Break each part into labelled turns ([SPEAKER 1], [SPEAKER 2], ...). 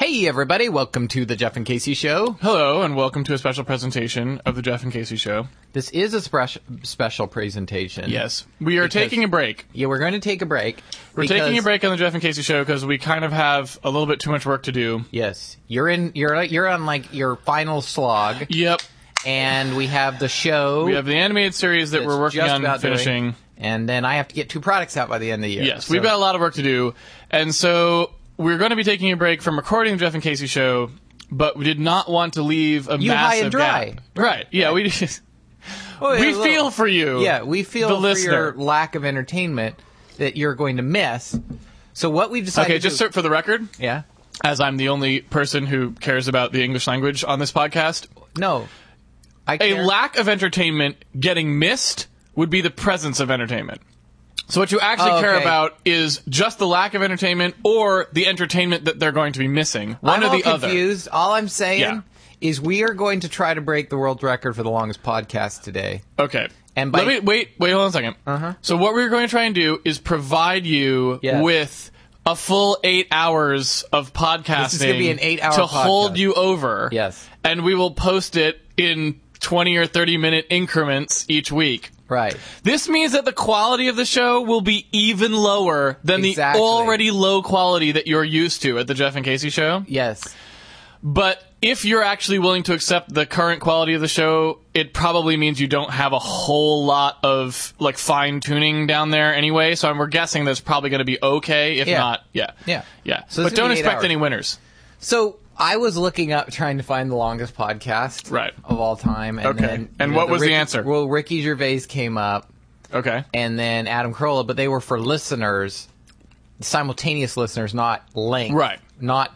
[SPEAKER 1] Hey, everybody, welcome to the Jeff and Casey Show.
[SPEAKER 2] Hello, and welcome to a special presentation of the Jeff and Casey Show.
[SPEAKER 1] This is a spre- special presentation.
[SPEAKER 2] Yes, we are
[SPEAKER 1] Because-
[SPEAKER 2] taking a break.
[SPEAKER 1] Yeah, we're going to take a break.
[SPEAKER 2] We're taking a break on the Jeff and Casey Show because we kind of have a little bit too much work to do.
[SPEAKER 1] Yes, you're in. You're you're on like your final slog,
[SPEAKER 2] Yep,
[SPEAKER 1] and we have the show.
[SPEAKER 2] we have the animated series that
[SPEAKER 1] that's
[SPEAKER 2] we're working
[SPEAKER 1] just
[SPEAKER 2] on
[SPEAKER 1] about doing,
[SPEAKER 2] finishing.
[SPEAKER 1] and then I have to get two products out by the end of the year.
[SPEAKER 2] Yes,
[SPEAKER 1] So-
[SPEAKER 2] we've got a lot of work to do, and so we're going to be taking a break from recording the Jeff and Casey Show. But we did not want to leave a
[SPEAKER 1] You high
[SPEAKER 2] massive
[SPEAKER 1] and dry.
[SPEAKER 2] gap. Right? Yeah, we just,
[SPEAKER 1] Oh, yeah,
[SPEAKER 2] we
[SPEAKER 1] a little-
[SPEAKER 2] feel for you.
[SPEAKER 1] Yeah, we feel
[SPEAKER 2] the
[SPEAKER 1] for
[SPEAKER 2] listener.
[SPEAKER 1] your lack of entertainment that you're going to miss. So what we've decided.
[SPEAKER 2] Okay,
[SPEAKER 1] to
[SPEAKER 2] just
[SPEAKER 1] do-
[SPEAKER 2] so- for the record,
[SPEAKER 1] yeah.
[SPEAKER 2] as I'm the only person who cares about the English language on this podcast,
[SPEAKER 1] No, I
[SPEAKER 2] a
[SPEAKER 1] care.
[SPEAKER 2] lack of entertainment getting missed would be the presence of entertainment. So what you actually
[SPEAKER 1] Oh,
[SPEAKER 2] care
[SPEAKER 1] okay.
[SPEAKER 2] about is just the lack of entertainment or the entertainment that they're going to be missing. One
[SPEAKER 1] I'm
[SPEAKER 2] or the
[SPEAKER 1] all
[SPEAKER 2] other.
[SPEAKER 1] confused. All I'm saying
[SPEAKER 2] Yeah.
[SPEAKER 1] is we are going to try to break the world record for the longest podcast today.
[SPEAKER 2] Okay.
[SPEAKER 1] And by-
[SPEAKER 2] let me wait. Wait, hold on a second. Uh-huh. So what we're going to try and do is provide you
[SPEAKER 1] Yeah.
[SPEAKER 2] with a full eight hours of podcasting.
[SPEAKER 1] This is gonna be an eight-hour
[SPEAKER 2] to
[SPEAKER 1] podcast.
[SPEAKER 2] hold you over.
[SPEAKER 1] Yes.
[SPEAKER 2] and we will post it in twenty or thirty minute increments each week.
[SPEAKER 1] Right.
[SPEAKER 2] This means that the quality of the show will be even lower than
[SPEAKER 1] Exactly.
[SPEAKER 2] the already low quality that you're used to at the Jeff and Casey show.
[SPEAKER 1] Yes.
[SPEAKER 2] But if you're actually willing to accept the current quality of the show, it probably means you don't have a whole lot of like fine tuning down there anyway. So we're guessing that's probably going to be okay. If
[SPEAKER 1] Yeah.
[SPEAKER 2] not, yeah,
[SPEAKER 1] Yeah.
[SPEAKER 2] yeah.
[SPEAKER 1] So it's gonna
[SPEAKER 2] but don't
[SPEAKER 1] be eight
[SPEAKER 2] expect
[SPEAKER 1] hours.
[SPEAKER 2] any winners.
[SPEAKER 1] So I was looking up trying to find the longest podcast
[SPEAKER 2] Right.
[SPEAKER 1] of all time. And
[SPEAKER 2] Okay.
[SPEAKER 1] Then,
[SPEAKER 2] And
[SPEAKER 1] you know,
[SPEAKER 2] what was the
[SPEAKER 1] Ricky-
[SPEAKER 2] answer?
[SPEAKER 1] Well, Ricky Gervais came up,
[SPEAKER 2] Okay.
[SPEAKER 1] and then Adam Carolla, but they were for listeners, simultaneous listeners, not length.
[SPEAKER 2] Right.
[SPEAKER 1] Not.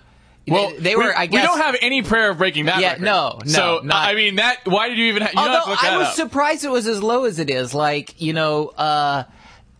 [SPEAKER 2] Well,
[SPEAKER 1] they, they were.
[SPEAKER 2] We,
[SPEAKER 1] I guess
[SPEAKER 2] we don't have any prayer of breaking that.
[SPEAKER 1] Yeah,
[SPEAKER 2] record.
[SPEAKER 1] no, no,
[SPEAKER 2] So
[SPEAKER 1] not-
[SPEAKER 2] I mean, that. Why did you even? Ha- you don't have to
[SPEAKER 1] Although
[SPEAKER 2] look that
[SPEAKER 1] I was
[SPEAKER 2] up.
[SPEAKER 1] surprised it was as low as it is. Like you know, uh,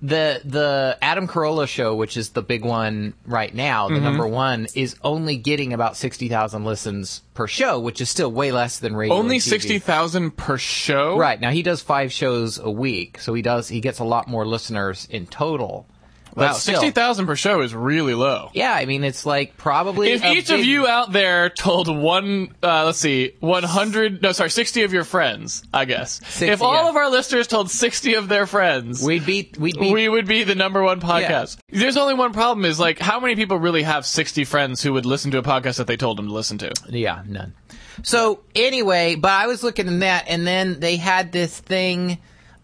[SPEAKER 1] the the Adam Carolla show, which is the big one right now, the
[SPEAKER 2] Mm-hmm.
[SPEAKER 1] number one, is only getting about sixty thousand listens per show, which is still way less than radio.
[SPEAKER 2] Only
[SPEAKER 1] and TV.
[SPEAKER 2] sixty thousand per show.
[SPEAKER 1] Right now, he does five shows a week, so he does he gets a lot more listeners in total.
[SPEAKER 2] Wow,
[SPEAKER 1] But still-
[SPEAKER 2] sixty thousand per show is really low.
[SPEAKER 1] Yeah, I mean it's like probably
[SPEAKER 2] If
[SPEAKER 1] a
[SPEAKER 2] each of
[SPEAKER 1] big-
[SPEAKER 2] you out there told one, uh, let's see, one hundred, no, sorry, sixty of your friends, I guess.
[SPEAKER 1] 60,
[SPEAKER 2] if all
[SPEAKER 1] yeah.
[SPEAKER 2] of our listeners told sixty of their friends, we,
[SPEAKER 1] we'd be we'd be
[SPEAKER 2] would be the number one podcast. There's only one problem: is like, how many people really have sixty friends who would listen to a podcast that they told them to listen to?
[SPEAKER 1] Yeah, none. So anyway, but I was looking in that, and then they had this thing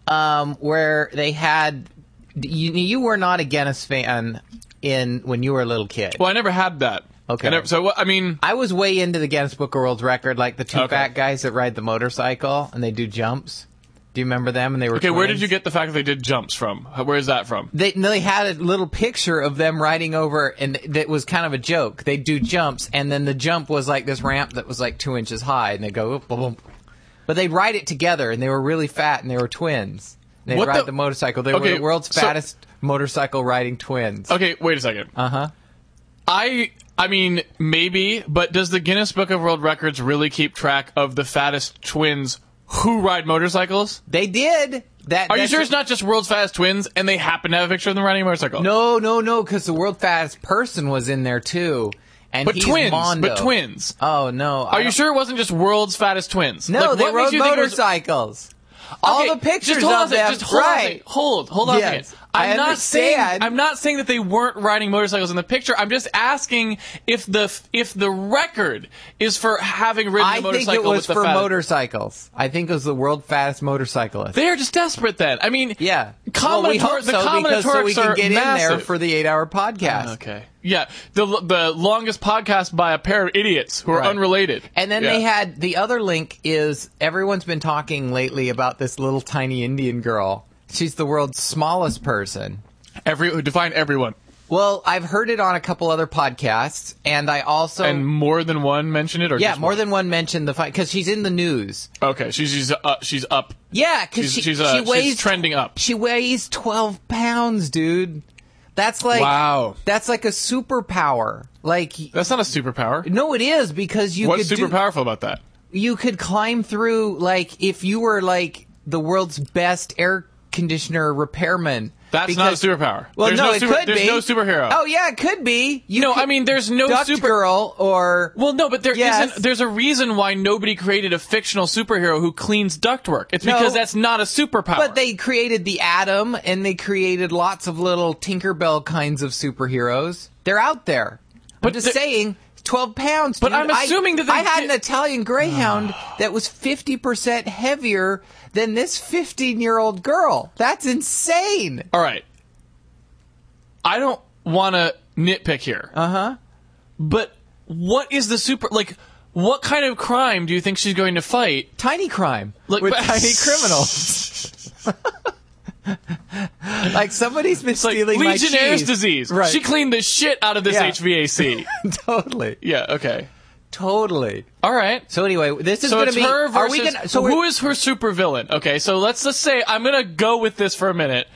[SPEAKER 1] um, where they had you, you were not a Guinness fan in when you were a little kid.
[SPEAKER 2] Well, I never had that.
[SPEAKER 1] Okay.
[SPEAKER 2] I never- so what- I mean,
[SPEAKER 1] I was way into the Guinness Book of World Record, like the two
[SPEAKER 2] Okay.
[SPEAKER 1] fat guys that ride the motorcycle and they do jumps. Do you remember them? And they were
[SPEAKER 2] okay, where did
[SPEAKER 1] twins?
[SPEAKER 2] you get the fact that they did jumps from? How- Where is that from?
[SPEAKER 1] They no, they had a little picture of them riding over, and that was kind of a joke. They do jumps, and then the jump was like this ramp that was like two inches high, and they go, boom, boom. but they'd ride it together, and they were really fat, and they were twins. They
[SPEAKER 2] What
[SPEAKER 1] ride
[SPEAKER 2] the-
[SPEAKER 1] the, motorcycle. They
[SPEAKER 2] Okay,
[SPEAKER 1] were the world's
[SPEAKER 2] so-
[SPEAKER 1] fattest motorcycle riding twins.
[SPEAKER 2] Okay, wait a second.
[SPEAKER 1] Uh huh.
[SPEAKER 2] I I mean maybe, but does the Guinness Book of World Records really keep track of the fattest twins who ride motorcycles?
[SPEAKER 1] They did that.
[SPEAKER 2] Are you
[SPEAKER 1] that's-
[SPEAKER 2] sure it's not just world's fattest twins and they happen to have a picture of them riding a motorcycle?
[SPEAKER 1] No, no, no, because the world fattest person was in there too, and
[SPEAKER 2] but
[SPEAKER 1] he's
[SPEAKER 2] twins,
[SPEAKER 1] Mondo.
[SPEAKER 2] but twins.
[SPEAKER 1] Oh no!
[SPEAKER 2] Are you sure it wasn't just world's fattest twins?
[SPEAKER 1] No,
[SPEAKER 2] Like,
[SPEAKER 1] they
[SPEAKER 2] what makes
[SPEAKER 1] rode
[SPEAKER 2] you think it was-
[SPEAKER 1] motorcycles. All
[SPEAKER 2] Okay,
[SPEAKER 1] the pictures
[SPEAKER 2] just hold on
[SPEAKER 1] of
[SPEAKER 2] a
[SPEAKER 1] them,
[SPEAKER 2] second, just hold on a
[SPEAKER 1] right?
[SPEAKER 2] second. hold, hold on a
[SPEAKER 1] Yes,
[SPEAKER 2] second.
[SPEAKER 1] I
[SPEAKER 2] I'm not saying
[SPEAKER 1] understand.
[SPEAKER 2] I'm not saying that they weren't riding motorcycles in the picture. I'm just asking if the if the record is for having ridden
[SPEAKER 1] I
[SPEAKER 2] a
[SPEAKER 1] think
[SPEAKER 2] motorcycle
[SPEAKER 1] it was
[SPEAKER 2] with the
[SPEAKER 1] for
[SPEAKER 2] fattest-
[SPEAKER 1] motorcycles. I think it was the world fattest motorcyclist.
[SPEAKER 2] They are just desperate then. I mean,
[SPEAKER 1] yeah.
[SPEAKER 2] Combinator-
[SPEAKER 1] well, we hope
[SPEAKER 2] the
[SPEAKER 1] so because so we
[SPEAKER 2] combinatorics
[SPEAKER 1] can
[SPEAKER 2] are
[SPEAKER 1] get in there
[SPEAKER 2] massive.
[SPEAKER 1] for the eight-hour podcast.
[SPEAKER 2] Okay. Yeah, the the longest podcast by a pair of idiots who are
[SPEAKER 1] Right.
[SPEAKER 2] unrelated.
[SPEAKER 1] And then
[SPEAKER 2] Yeah.
[SPEAKER 1] they had the other link is everyone's been talking lately about this little tiny Indian girl. She's the world's smallest person.
[SPEAKER 2] every define everyone
[SPEAKER 1] Well, I've heard it on a couple other podcasts, and I also
[SPEAKER 2] and more than one mentioned it or
[SPEAKER 1] yeah,
[SPEAKER 2] just
[SPEAKER 1] more
[SPEAKER 2] one?
[SPEAKER 1] than one mentioned the fight because she's in the news.
[SPEAKER 2] okay. She's she's uh, she's up.
[SPEAKER 1] Yeah, because
[SPEAKER 2] She's
[SPEAKER 1] she,
[SPEAKER 2] she's, uh,
[SPEAKER 1] she weighs
[SPEAKER 2] she's trending up.
[SPEAKER 1] She weighs 12 pounds, dude. That's like
[SPEAKER 2] Wow.
[SPEAKER 1] That's like a superpower. Like
[SPEAKER 2] That's not a superpower.
[SPEAKER 1] no, it is because you
[SPEAKER 2] What's
[SPEAKER 1] could
[SPEAKER 2] super
[SPEAKER 1] do-
[SPEAKER 2] powerful about that?
[SPEAKER 1] you could climb through like if you were like the world's best air conditioner repairman.
[SPEAKER 2] That's
[SPEAKER 1] Because-
[SPEAKER 2] not a superpower.
[SPEAKER 1] Well,
[SPEAKER 2] there's
[SPEAKER 1] no, it
[SPEAKER 2] super-
[SPEAKER 1] could
[SPEAKER 2] there's
[SPEAKER 1] be.
[SPEAKER 2] no superhero.
[SPEAKER 1] Oh yeah, it could be. You
[SPEAKER 2] no,
[SPEAKER 1] could-
[SPEAKER 2] I mean there's no
[SPEAKER 1] Duck
[SPEAKER 2] super.
[SPEAKER 1] Girl or
[SPEAKER 2] Well, no, but there
[SPEAKER 1] Yes.
[SPEAKER 2] not There's a reason why nobody created a fictional superhero who cleans ductwork. It's because
[SPEAKER 1] No.
[SPEAKER 2] that's not a superpower.
[SPEAKER 1] But they created the Atom and they created lots of little Tinkerbell kinds of superheroes. They're out there.
[SPEAKER 2] But
[SPEAKER 1] I'm just
[SPEAKER 2] the-
[SPEAKER 1] saying, 12 pounds.
[SPEAKER 2] But
[SPEAKER 1] dude.
[SPEAKER 2] I'm
[SPEAKER 1] I-
[SPEAKER 2] assuming that they
[SPEAKER 1] I had
[SPEAKER 2] did-
[SPEAKER 1] an Italian Greyhound that was 50% heavier than this 15 year old girl. That's insane.
[SPEAKER 2] All right. I don't want to nitpick here. Uh huh.
[SPEAKER 1] Uh-huh.
[SPEAKER 2] But what is the super like? What kind of crime do you think she's going to fight?
[SPEAKER 1] Tiny crime.
[SPEAKER 2] Like-
[SPEAKER 1] with tiny criminals. like somebody's been
[SPEAKER 2] It's like
[SPEAKER 1] stealing my
[SPEAKER 2] Legionnaire's
[SPEAKER 1] cheese.
[SPEAKER 2] disease.
[SPEAKER 1] Right.
[SPEAKER 2] She cleaned the shit out of this
[SPEAKER 1] Yeah.
[SPEAKER 2] HVAC.
[SPEAKER 1] totally.
[SPEAKER 2] yeah. Okay.
[SPEAKER 1] Totally.
[SPEAKER 2] All right.
[SPEAKER 1] So anyway, this is
[SPEAKER 2] So
[SPEAKER 1] going
[SPEAKER 2] it's
[SPEAKER 1] to be
[SPEAKER 2] her versus.
[SPEAKER 1] are we gonna, so we're-
[SPEAKER 2] who is her supervillain? Okay, so let's just say I'm gonna go with this for a minute.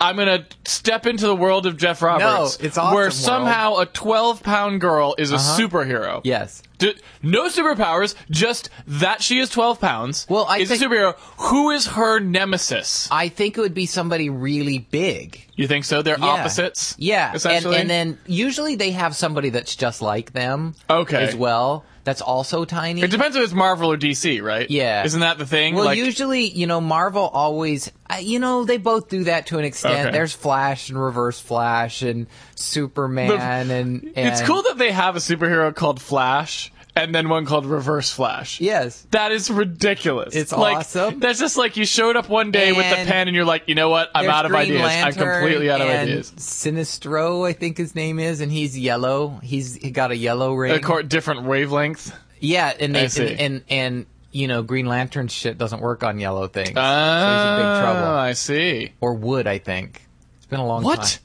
[SPEAKER 2] I'm gonna step into the world of Jeff Roberts,
[SPEAKER 1] it's awesome
[SPEAKER 2] where
[SPEAKER 1] world. Uh-huh.
[SPEAKER 2] somehow a 12 pound girl is a superhero.
[SPEAKER 1] Yes.
[SPEAKER 2] D- no superpowers, just that she is 12 pounds.
[SPEAKER 1] Well, I
[SPEAKER 2] is a
[SPEAKER 1] think-
[SPEAKER 2] superhero. Who is her nemesis?
[SPEAKER 1] I think it would be somebody really big.
[SPEAKER 2] You think so? They're
[SPEAKER 1] Yeah.
[SPEAKER 2] opposites.
[SPEAKER 1] Yeah. And,
[SPEAKER 2] essentially.
[SPEAKER 1] and then usually they have somebody that's just like them.
[SPEAKER 2] Okay.
[SPEAKER 1] As well. That's also tiny.
[SPEAKER 2] it depends if it's Marvel or DC, right?
[SPEAKER 1] Yeah.
[SPEAKER 2] Isn't that the thing?
[SPEAKER 1] well,
[SPEAKER 2] like,
[SPEAKER 1] usually, you know, Marvel always, uh, you know, they both do that to an extent.
[SPEAKER 2] Okay.
[SPEAKER 1] There's Flash and Reverse Flash and Superman and, and
[SPEAKER 2] it's cool that they have a superhero called Flash and then one called Reverse Flash.
[SPEAKER 1] yes.
[SPEAKER 2] That is ridiculous.
[SPEAKER 1] It's
[SPEAKER 2] like,
[SPEAKER 1] awesome.
[SPEAKER 2] That's just like you showed up one day with the
[SPEAKER 1] And
[SPEAKER 2] pen and you're like, you know what? I'm
[SPEAKER 1] There's
[SPEAKER 2] out of
[SPEAKER 1] Green
[SPEAKER 2] ideas.
[SPEAKER 1] Lantern
[SPEAKER 2] I'm completely out of
[SPEAKER 1] and
[SPEAKER 2] ideas.
[SPEAKER 1] Sinestro, I think his name is, and he's yellow. He's he got a yellow ring.
[SPEAKER 2] A cor- different wavelength.
[SPEAKER 1] Yeah, and they
[SPEAKER 2] I see.
[SPEAKER 1] And, and and you know, Green Lantern shit doesn't work on yellow things. so he's in big
[SPEAKER 2] Ah,
[SPEAKER 1] trouble.
[SPEAKER 2] I see.
[SPEAKER 1] Or wood, I think. It's been a long
[SPEAKER 2] What?
[SPEAKER 1] time.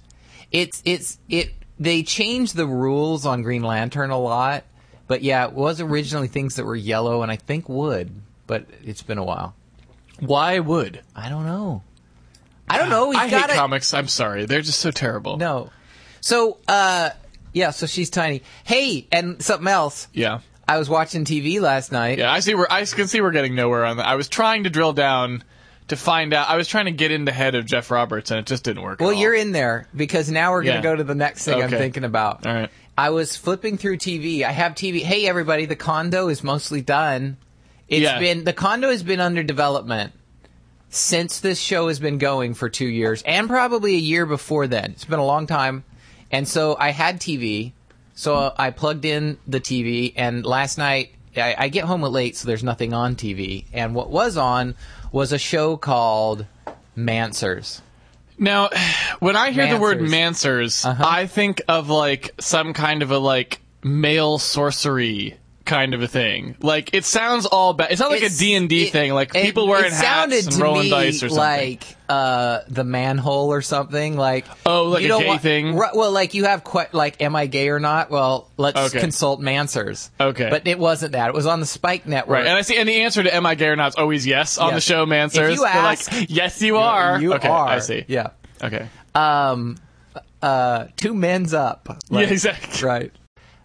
[SPEAKER 1] It's it's it they changed the rules on Green Lantern a lot. But yeah, it was originally things that were yellow and I think wood, but it's been a while.
[SPEAKER 2] Why would?
[SPEAKER 1] I don't know. I don't know. He's
[SPEAKER 2] I hate
[SPEAKER 1] got a,
[SPEAKER 2] comics. I'm sorry. They're just so terrible.
[SPEAKER 1] no. So uh yeah, so she's tiny. Hey, and something else.
[SPEAKER 2] Yeah.
[SPEAKER 1] I was watching TV last night.
[SPEAKER 2] Yeah, I see. We're, I can see we're getting nowhere on that. I was trying to drill down to find out. I was trying to get in the head of Jeff Roberts, and it just didn't work.
[SPEAKER 1] Well,
[SPEAKER 2] at all.
[SPEAKER 1] you're in there because now we're going to
[SPEAKER 2] Oh.
[SPEAKER 1] go
[SPEAKER 2] Yeah.
[SPEAKER 1] to the next thing I'm
[SPEAKER 2] Okay.
[SPEAKER 1] thinking about.
[SPEAKER 2] All right.
[SPEAKER 1] I was flipping through TV. I have TV. Hey, everybody, the condo is mostly done. It's
[SPEAKER 2] Yeah.
[SPEAKER 1] been the condo has been under development since this show has been going for two years and probably a year before then. It's been a long time, and so I had TV. So I plugged in the TV, and last night I, I get home late, so there's nothing on TV. And what was on was a show called Mansers.
[SPEAKER 2] Now, when I hear the word
[SPEAKER 1] Mancers.
[SPEAKER 2] mancers,
[SPEAKER 1] Uh-huh.
[SPEAKER 2] I think of like some kind of a like male sorcery kind of a thing. Like it sounds all bad. It sounds like a
[SPEAKER 1] It's-
[SPEAKER 2] D and D
[SPEAKER 1] it-
[SPEAKER 2] thing, like
[SPEAKER 1] it-
[SPEAKER 2] people
[SPEAKER 1] it
[SPEAKER 2] wearing
[SPEAKER 1] sounded
[SPEAKER 2] hats and
[SPEAKER 1] to
[SPEAKER 2] rolling
[SPEAKER 1] me
[SPEAKER 2] dice or something.
[SPEAKER 1] Like uh, the manhole or something. Like
[SPEAKER 2] Oh, like
[SPEAKER 1] you
[SPEAKER 2] a
[SPEAKER 1] don't
[SPEAKER 2] gay
[SPEAKER 1] want-
[SPEAKER 2] thing?
[SPEAKER 1] Right, well, like you have que- like, am I gay or not? Well, let's
[SPEAKER 2] Okay.
[SPEAKER 1] consult Mansers.
[SPEAKER 2] Okay.
[SPEAKER 1] but it wasn't that. It was on the Spike Network.
[SPEAKER 2] Right, and I see, and the answer to "Am I gay or not?" is always yes on
[SPEAKER 1] Yes.
[SPEAKER 2] the show. Mancers,
[SPEAKER 1] If you
[SPEAKER 2] They're
[SPEAKER 1] ask-
[SPEAKER 2] like, "Yes, you are."
[SPEAKER 1] You
[SPEAKER 2] okay,
[SPEAKER 1] are.
[SPEAKER 2] I see.
[SPEAKER 1] Yeah.
[SPEAKER 2] Okay.
[SPEAKER 1] Um. Uh. Two men's up. Like,
[SPEAKER 2] yeah, exactly.
[SPEAKER 1] Right.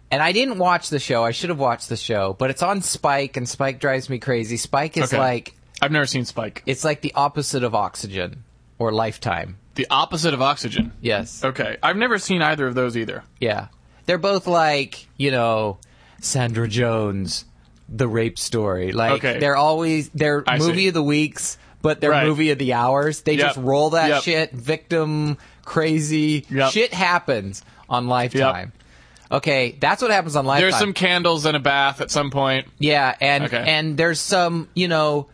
[SPEAKER 1] And I didn't watch the show. I should have watched the show, but it's on Spike, and Spike drives me crazy. Spike is
[SPEAKER 2] Okay.
[SPEAKER 1] like
[SPEAKER 2] I've never seen Spike.
[SPEAKER 1] it's like the opposite of Oxygen or Lifetime.
[SPEAKER 2] The opposite of oxygen.
[SPEAKER 1] Yes.
[SPEAKER 2] Okay, I've never seen either of those either.
[SPEAKER 1] Yeah. They're both like, you know, Sandra Jones, the rape story. Like
[SPEAKER 2] Okay.
[SPEAKER 1] they're always they're
[SPEAKER 2] I
[SPEAKER 1] movie
[SPEAKER 2] see.
[SPEAKER 1] of the weeks, but they're
[SPEAKER 2] Right.
[SPEAKER 1] movie of the hours. They
[SPEAKER 2] Yep.
[SPEAKER 1] just roll that
[SPEAKER 2] Yep.
[SPEAKER 1] shit, victim, crazy.
[SPEAKER 2] Yep.
[SPEAKER 1] Shit happens on lifetime. Okay, that's what happens on lifetime.
[SPEAKER 2] There's some candles in a bath at some point.
[SPEAKER 1] Yeah, and
[SPEAKER 2] Okay.
[SPEAKER 1] and there's some, you know,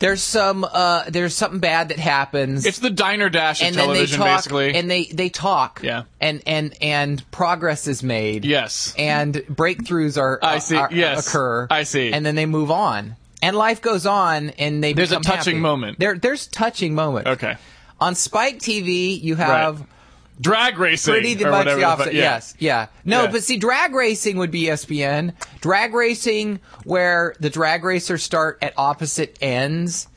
[SPEAKER 1] there's some uh there's something bad that happens.
[SPEAKER 2] It's the diner dash of
[SPEAKER 1] and then they
[SPEAKER 2] television,
[SPEAKER 1] talk
[SPEAKER 2] basically.
[SPEAKER 1] and they they talk.
[SPEAKER 2] Yeah.
[SPEAKER 1] And and and progress is made.
[SPEAKER 2] yes.
[SPEAKER 1] and breakthroughs are
[SPEAKER 2] I see.
[SPEAKER 1] are-
[SPEAKER 2] Yes.
[SPEAKER 1] occur.
[SPEAKER 2] I see.
[SPEAKER 1] and then they move on, and life goes on, and they
[SPEAKER 2] There's a
[SPEAKER 1] become
[SPEAKER 2] touching
[SPEAKER 1] happy.
[SPEAKER 2] moment.
[SPEAKER 1] There, there's touching moments.
[SPEAKER 2] okay.
[SPEAKER 1] On Spike TV, you have
[SPEAKER 2] Right. Drag racing.
[SPEAKER 1] pretty
[SPEAKER 2] or
[SPEAKER 1] much
[SPEAKER 2] whatever
[SPEAKER 1] the
[SPEAKER 2] fuck-
[SPEAKER 1] opposite.
[SPEAKER 2] yeah.
[SPEAKER 1] Yes, yeah. No,
[SPEAKER 2] Yeah.
[SPEAKER 1] but see, drag racing would be E ESPN. Drag racing, where the drag racers start at opposite ends.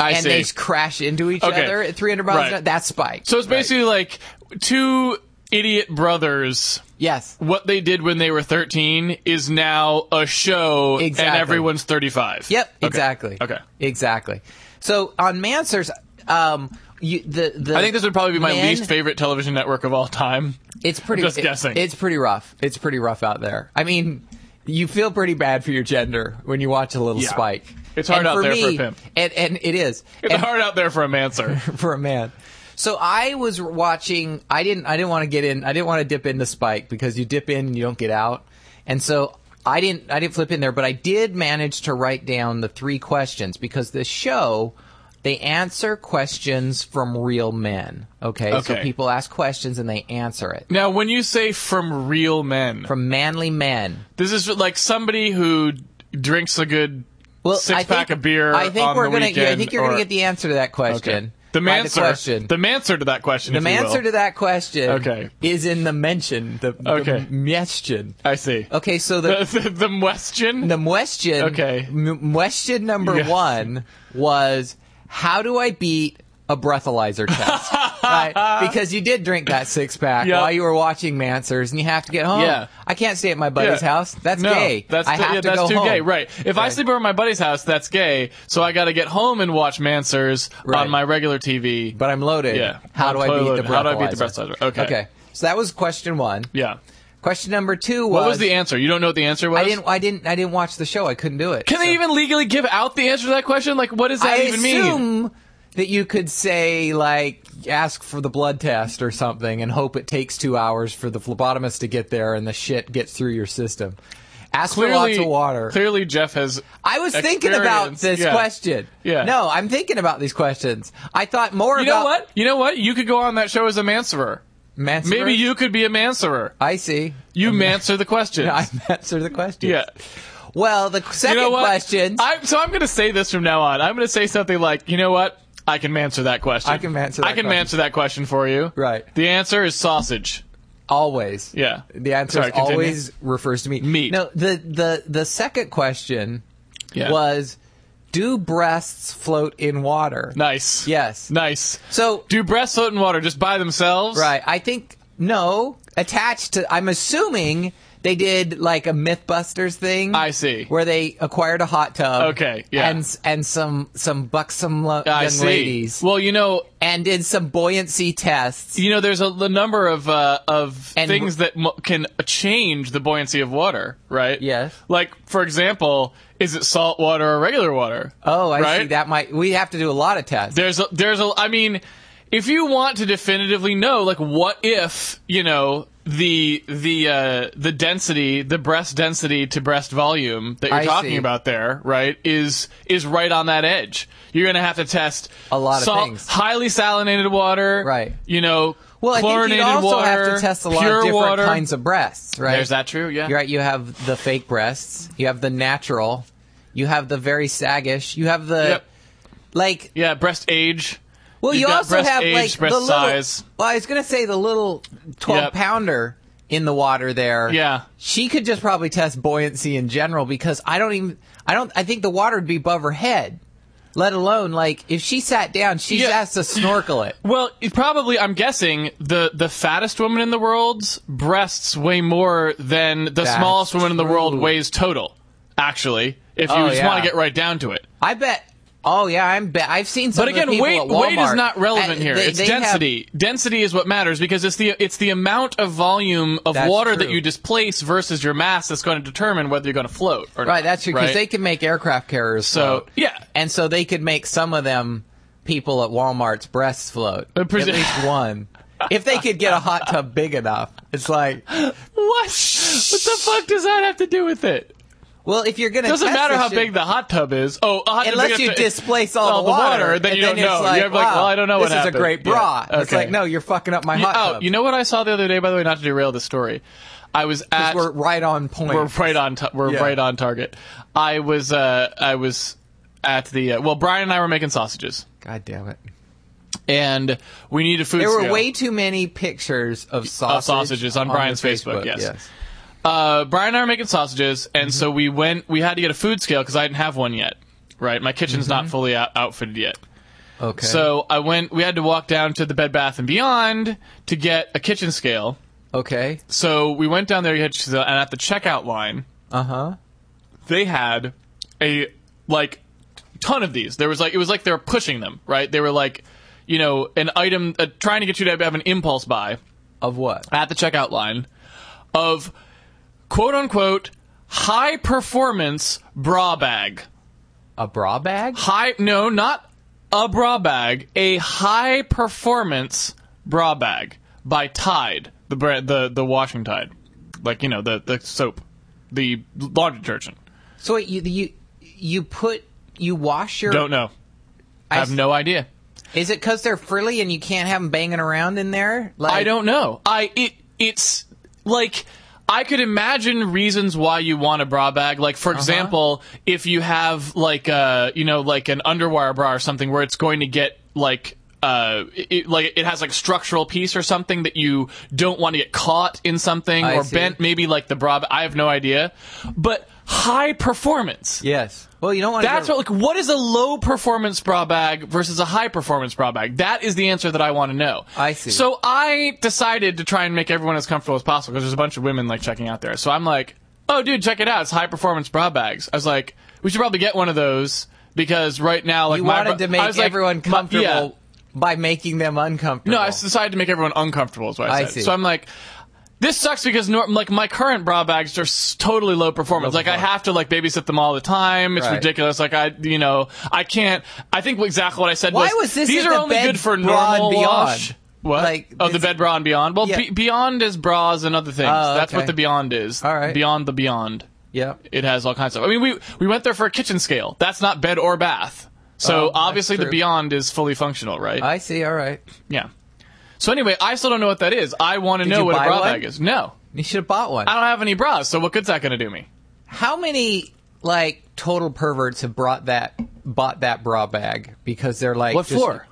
[SPEAKER 2] I
[SPEAKER 1] and
[SPEAKER 2] see.
[SPEAKER 1] they crash into each
[SPEAKER 2] Okay.
[SPEAKER 1] other at 300 miles
[SPEAKER 2] Right.
[SPEAKER 1] an hour. That's Spike.
[SPEAKER 2] So it's basically like two idiot brothers.
[SPEAKER 1] yes.
[SPEAKER 2] What they did when they were 13 is now a show, and
[SPEAKER 1] Exactly.
[SPEAKER 2] everyone's 35.
[SPEAKER 1] Yep,
[SPEAKER 2] Okay.
[SPEAKER 1] exactly.
[SPEAKER 2] Okay.
[SPEAKER 1] Exactly. So on Mansers, um, you, the, the
[SPEAKER 2] I think this would probably be my
[SPEAKER 1] men-
[SPEAKER 2] least favorite television network of all time.
[SPEAKER 1] It's pretty.
[SPEAKER 2] just
[SPEAKER 1] it-
[SPEAKER 2] guessing.
[SPEAKER 1] It's pretty rough. It's pretty rough out there. I mean, you feel pretty bad for your gender when you watch a little
[SPEAKER 2] Yeah.
[SPEAKER 1] spike.
[SPEAKER 2] It's hard
[SPEAKER 1] And
[SPEAKER 2] out there for a
[SPEAKER 1] me-
[SPEAKER 2] pimp.
[SPEAKER 1] and, and it is
[SPEAKER 2] It's
[SPEAKER 1] And
[SPEAKER 2] hard out there for a man, sir.
[SPEAKER 1] for a man. So I was watching. I didn't. I didn't want to get in. I didn't want to dip into Spike because you dip in and you don't get out. And so I didn't. I didn't flip in there, but I did manage to write down the three questions because the show they answer questions from real men. Okay, so
[SPEAKER 2] Okay.
[SPEAKER 1] people ask questions and they answer it
[SPEAKER 2] Now, when you say from real men,
[SPEAKER 1] from manly men.
[SPEAKER 2] this is like somebody who drinks a good six pack of beer.
[SPEAKER 1] I think
[SPEAKER 2] on
[SPEAKER 1] we're
[SPEAKER 2] the
[SPEAKER 1] gonna.
[SPEAKER 2] Weekend,
[SPEAKER 1] I think you're
[SPEAKER 2] or-
[SPEAKER 1] gonna get the answer to that question.
[SPEAKER 2] Okay. The
[SPEAKER 1] By
[SPEAKER 2] manser,
[SPEAKER 1] The question.
[SPEAKER 2] the manser to that question.
[SPEAKER 1] The answer to that question
[SPEAKER 2] Okay.
[SPEAKER 1] is in the mention, the, the
[SPEAKER 2] Okay.
[SPEAKER 1] question.
[SPEAKER 2] I see.
[SPEAKER 1] Okay, so
[SPEAKER 2] The,
[SPEAKER 1] the
[SPEAKER 2] the, the question.
[SPEAKER 1] the question,
[SPEAKER 2] Okay.
[SPEAKER 1] m- question number
[SPEAKER 2] Yes.
[SPEAKER 1] one was how do I beat a breathalyzer test? right, because you did drink that six pack
[SPEAKER 2] Yep.
[SPEAKER 1] while you were watching Mansers, and you have to get home.
[SPEAKER 2] Yeah.
[SPEAKER 1] I can't stay at my buddy's
[SPEAKER 2] Yeah.
[SPEAKER 1] house. That's
[SPEAKER 2] no,
[SPEAKER 1] gay.
[SPEAKER 2] That's
[SPEAKER 1] I have
[SPEAKER 2] yeah,
[SPEAKER 1] to
[SPEAKER 2] that's
[SPEAKER 1] go
[SPEAKER 2] too
[SPEAKER 1] home.
[SPEAKER 2] gay. Right. If I
[SPEAKER 1] Right.
[SPEAKER 2] sleep over at my buddy's house, that's gay. So I got to get home and watch Mansers
[SPEAKER 1] Right.
[SPEAKER 2] on my regular TV.
[SPEAKER 1] But I'm loaded.
[SPEAKER 2] Yeah.
[SPEAKER 1] How do I
[SPEAKER 2] Totally
[SPEAKER 1] beat the
[SPEAKER 2] loaded.
[SPEAKER 1] breathalyzer?
[SPEAKER 2] How do I beat the breathalyzer? Okay.
[SPEAKER 1] Okay. So that was question one.
[SPEAKER 2] yeah.
[SPEAKER 1] Question number two was
[SPEAKER 2] What was the answer? You don't know what the answer was?
[SPEAKER 1] I didn't. I didn't. I didn't watch the show. I couldn't do it.
[SPEAKER 2] Can
[SPEAKER 1] So-
[SPEAKER 2] they even legally give out the answer to that question? Like, what does that
[SPEAKER 1] I
[SPEAKER 2] even mean?
[SPEAKER 1] assume that you could say like ask for the blood test or something and hope it takes two hours for the phlebotomist to get there and the shit gets through your system. Ask for lots of water.
[SPEAKER 2] Clearly, Jeff has.
[SPEAKER 1] I was thinking about
[SPEAKER 2] Experience,
[SPEAKER 1] this
[SPEAKER 2] yeah.
[SPEAKER 1] question.
[SPEAKER 2] Yeah.
[SPEAKER 1] No, I'm thinking about these questions. I thought more
[SPEAKER 2] You
[SPEAKER 1] about
[SPEAKER 2] know what? You know what? You could go on that show as a manserer.
[SPEAKER 1] Mansour-
[SPEAKER 2] Maybe you could be a manserer.
[SPEAKER 1] I see.
[SPEAKER 2] You manser the question.
[SPEAKER 1] I answer the question.
[SPEAKER 2] yeah.
[SPEAKER 1] Well, the
[SPEAKER 2] You
[SPEAKER 1] second
[SPEAKER 2] know what?
[SPEAKER 1] question.
[SPEAKER 2] I'm, so I'm going to say this from now on. I'm going to say something like, you know what? I can answer that question.
[SPEAKER 1] I can answer that
[SPEAKER 2] I can
[SPEAKER 1] question.
[SPEAKER 2] answer that question for you.
[SPEAKER 1] Right.
[SPEAKER 2] The answer is sausage.
[SPEAKER 1] Always.
[SPEAKER 2] Yeah.
[SPEAKER 1] The answer
[SPEAKER 2] Sorry,
[SPEAKER 1] is
[SPEAKER 2] continue.
[SPEAKER 1] always refers to meat.
[SPEAKER 2] Meat.
[SPEAKER 1] No, the the the second question
[SPEAKER 2] Yeah.
[SPEAKER 1] was do breasts float in water?
[SPEAKER 2] Nice.
[SPEAKER 1] Yes.
[SPEAKER 2] Nice.
[SPEAKER 1] So
[SPEAKER 2] Do breasts float in water just by themselves?
[SPEAKER 1] right, I think no, attached to I'm assuming they did like a Mythbusters thing.
[SPEAKER 2] I see.
[SPEAKER 1] Where they acquired a hot tub.
[SPEAKER 2] Okay, yeah.
[SPEAKER 1] And s- and some some buxom lo-
[SPEAKER 2] I
[SPEAKER 1] young
[SPEAKER 2] see.
[SPEAKER 1] ladies
[SPEAKER 2] Well, you know,
[SPEAKER 1] and did some buoyancy tests.
[SPEAKER 2] you know, there's a, the number of uh, of
[SPEAKER 1] And-
[SPEAKER 2] things that mo- can change the buoyancy of water, right?
[SPEAKER 1] Yes.
[SPEAKER 2] Like, for example, is it salt water or regular water?
[SPEAKER 1] Oh, I see.
[SPEAKER 2] Right?
[SPEAKER 1] That might we have to do a lot of tests.
[SPEAKER 2] There's a, there's a I mean, if you want to definitively know like what if, you know, the the uh the density, the breast density to breast volume that you're
[SPEAKER 1] I
[SPEAKER 2] talking
[SPEAKER 1] see.
[SPEAKER 2] about there, right, is is right on that edge. You're going to have to test
[SPEAKER 1] A lot of
[SPEAKER 2] sal-
[SPEAKER 1] things.
[SPEAKER 2] highly salinated water,
[SPEAKER 1] Right.
[SPEAKER 2] You know,
[SPEAKER 1] Well, I think
[SPEAKER 2] chlorinated
[SPEAKER 1] you also
[SPEAKER 2] water,
[SPEAKER 1] have to test a lot
[SPEAKER 2] pure
[SPEAKER 1] of different
[SPEAKER 2] water.
[SPEAKER 1] kinds of breasts, right?
[SPEAKER 2] Is that true? Yeah.
[SPEAKER 1] You're right. You have the fake breasts. You have the natural. You have the very saggish. You have the
[SPEAKER 2] Yep.
[SPEAKER 1] like.
[SPEAKER 2] Yeah, breast age.
[SPEAKER 1] Well,
[SPEAKER 2] You've
[SPEAKER 1] you
[SPEAKER 2] got
[SPEAKER 1] also
[SPEAKER 2] breast
[SPEAKER 1] have
[SPEAKER 2] age,
[SPEAKER 1] like
[SPEAKER 2] breast
[SPEAKER 1] the little.
[SPEAKER 2] size.
[SPEAKER 1] Well, I was gonna say the little twelve
[SPEAKER 2] Yep.
[SPEAKER 1] pounder in the water there.
[SPEAKER 2] Yeah.
[SPEAKER 1] She could just probably test buoyancy in general because I don't even. I don't. I think the water would be above her head. Let alone like if she sat down, she
[SPEAKER 2] Yeah.
[SPEAKER 1] has to snorkel it.
[SPEAKER 2] Well, it probably I'm guessing the the fattest woman in the world's breasts weigh more than the
[SPEAKER 1] That's
[SPEAKER 2] smallest woman in the world
[SPEAKER 1] true.
[SPEAKER 2] weighs total. Actually, if you
[SPEAKER 1] Oh,
[SPEAKER 2] just
[SPEAKER 1] yeah.
[SPEAKER 2] want to get right down to it.
[SPEAKER 1] I bet. Oh yeah, I'm bet. I've seen some.
[SPEAKER 2] But
[SPEAKER 1] of the
[SPEAKER 2] again,
[SPEAKER 1] people
[SPEAKER 2] weight
[SPEAKER 1] at Walmart,
[SPEAKER 2] weight is not relevant
[SPEAKER 1] and
[SPEAKER 2] here.
[SPEAKER 1] they-
[SPEAKER 2] it's
[SPEAKER 1] they have-
[SPEAKER 2] density. Density is what matters because it's the it's the amount of volume of
[SPEAKER 1] That's
[SPEAKER 2] water that
[SPEAKER 1] true.
[SPEAKER 2] you displace versus your mass that's going to determine whether you're going to float or not.
[SPEAKER 1] right, that's true because
[SPEAKER 2] right?
[SPEAKER 1] they can make aircraft carriers
[SPEAKER 2] So,
[SPEAKER 1] float.
[SPEAKER 2] yeah.
[SPEAKER 1] and so they could make some of them people at Walmart's breasts float.
[SPEAKER 2] Uh, pres-
[SPEAKER 1] at least one, if they could get a hot tub big enough. It's like,
[SPEAKER 2] What? What the fuck does that have to do with it?
[SPEAKER 1] well, if you're gonna
[SPEAKER 2] Doesn't
[SPEAKER 1] test
[SPEAKER 2] matter
[SPEAKER 1] this
[SPEAKER 2] how
[SPEAKER 1] shit-
[SPEAKER 2] big the hot tub is. Oh, a hot tub
[SPEAKER 1] Unless
[SPEAKER 2] big
[SPEAKER 1] you
[SPEAKER 2] enough to- uh,
[SPEAKER 1] displace all the water,
[SPEAKER 2] then
[SPEAKER 1] and
[SPEAKER 2] you don't
[SPEAKER 1] it's
[SPEAKER 2] know.
[SPEAKER 1] Like,
[SPEAKER 2] You're like,
[SPEAKER 1] wow,
[SPEAKER 2] well, I don't know what
[SPEAKER 1] This
[SPEAKER 2] happened.
[SPEAKER 1] is a great
[SPEAKER 2] Yeah.
[SPEAKER 1] bra. It's
[SPEAKER 2] Okay.
[SPEAKER 1] like, no, you're fucking up my
[SPEAKER 2] You-
[SPEAKER 1] hot
[SPEAKER 2] oh,
[SPEAKER 1] tub.
[SPEAKER 2] you know what I saw the other day? By the way, not to derail the story, I was at
[SPEAKER 1] we're right on point.
[SPEAKER 2] we're right on ta- we're
[SPEAKER 1] Yeah.
[SPEAKER 2] right on target. I was uh, I was at the uh, well, Brian and I were making sausages,
[SPEAKER 1] God damn it.
[SPEAKER 2] and we needed food.
[SPEAKER 1] There were
[SPEAKER 2] scale.
[SPEAKER 1] way too many pictures of sausage
[SPEAKER 2] Of sausages on Brian's
[SPEAKER 1] the
[SPEAKER 2] Facebook, yes. uh, Brian and I are making sausages, and
[SPEAKER 1] Mm-hmm.
[SPEAKER 2] so we went. We had to get a food scale because I didn't have one yet. Right, my kitchen's
[SPEAKER 1] Mm-hmm.
[SPEAKER 2] not fully out- outfitted yet.
[SPEAKER 1] Okay.
[SPEAKER 2] So I went. We had to walk down to the Bed Bath and Beyond to get a kitchen scale.
[SPEAKER 1] okay.
[SPEAKER 2] So we went down there, you had to- and at the checkout line,
[SPEAKER 1] Uh huh.
[SPEAKER 2] they had a like ton of these. There was like it was like they were pushing them, right? They were like, you know, an item uh, trying to get you to have an impulse buy
[SPEAKER 1] Of what?
[SPEAKER 2] at the checkout line of quote unquote high performance bra bag.
[SPEAKER 1] A bra bag?
[SPEAKER 2] High no, not a bra bag, a high performance bra bag by Tide, the brand, the the washing Tide. Like, you know, the the soap, the laundry detergent.
[SPEAKER 1] So wait, you you you put you wash your
[SPEAKER 2] Don't know.
[SPEAKER 1] I
[SPEAKER 2] have
[SPEAKER 1] s-
[SPEAKER 2] no idea.
[SPEAKER 1] Is it because they're frilly and you can't have them banging around in there? Like,
[SPEAKER 2] I don't know. I it it's like I could imagine reasons why you want a bra bag. Like for example, if you have like uh you know like an underwire bra or something where it's going to get like uh it- it, like it has like structural piece or something that you don't want to get caught in something
[SPEAKER 1] I
[SPEAKER 2] or
[SPEAKER 1] see.
[SPEAKER 2] bent maybe like the bra. I have no idea, but high performance.
[SPEAKER 1] Yes. Well, you don't want.
[SPEAKER 2] That's what like what is a low performance bra bag versus a high performance bra bag? That is the answer that I want to know.
[SPEAKER 1] I see.
[SPEAKER 2] So I decided to try and make everyone as comfortable as possible because there's a bunch of women like checking out there. So I'm like, oh dude, check it out. It's high performance bra bags. I was like, we should probably get one of those because right now like
[SPEAKER 1] you
[SPEAKER 2] my
[SPEAKER 1] wanted
[SPEAKER 2] bra-
[SPEAKER 1] to make
[SPEAKER 2] I was like,
[SPEAKER 1] everyone
[SPEAKER 2] my-
[SPEAKER 1] comfortable
[SPEAKER 2] yeah.
[SPEAKER 1] by making them uncomfortable.
[SPEAKER 2] No, I s- decided to make everyone uncomfortable. Is what I
[SPEAKER 1] I
[SPEAKER 2] said.
[SPEAKER 1] see.
[SPEAKER 2] So I'm like, this sucks because nor- like my current bra bags are s- totally low performance.
[SPEAKER 1] Low
[SPEAKER 2] like I
[SPEAKER 1] performance.
[SPEAKER 2] have to like babysit them all the time. It's
[SPEAKER 1] Right.
[SPEAKER 2] ridiculous. Like I, you know, I can't. I think exactly what I said.
[SPEAKER 1] Why was this
[SPEAKER 2] These
[SPEAKER 1] at
[SPEAKER 2] are
[SPEAKER 1] the
[SPEAKER 2] only
[SPEAKER 1] Bed
[SPEAKER 2] good for
[SPEAKER 1] Bra and
[SPEAKER 2] normal
[SPEAKER 1] Beyond?
[SPEAKER 2] wash. What?
[SPEAKER 1] Like,
[SPEAKER 2] oh, the
[SPEAKER 1] this-
[SPEAKER 2] bed bra and beyond. Well,
[SPEAKER 1] Yeah.
[SPEAKER 2] be- beyond is bras and other things.
[SPEAKER 1] Oh,
[SPEAKER 2] That's what
[SPEAKER 1] okay.
[SPEAKER 2] the beyond is.
[SPEAKER 1] All right.
[SPEAKER 2] Beyond the beyond
[SPEAKER 1] Yeah.
[SPEAKER 2] it has all kinds of. I mean, we we went there for a kitchen scale. That's not bed or bath.
[SPEAKER 1] Oh,
[SPEAKER 2] So
[SPEAKER 1] that's
[SPEAKER 2] obviously the
[SPEAKER 1] true.
[SPEAKER 2] beyond is fully functional, right?
[SPEAKER 1] I see. All right.
[SPEAKER 2] yeah. So anyway, I still don't know what that is. I want to
[SPEAKER 1] you
[SPEAKER 2] know what a
[SPEAKER 1] buy
[SPEAKER 2] bra
[SPEAKER 1] one?
[SPEAKER 2] bag is. No,
[SPEAKER 1] You should have bought one.
[SPEAKER 2] I don't have any bras. So what good's that going to do me?
[SPEAKER 1] How many like total perverts have brought that bought that bra bag because they're like
[SPEAKER 2] What for?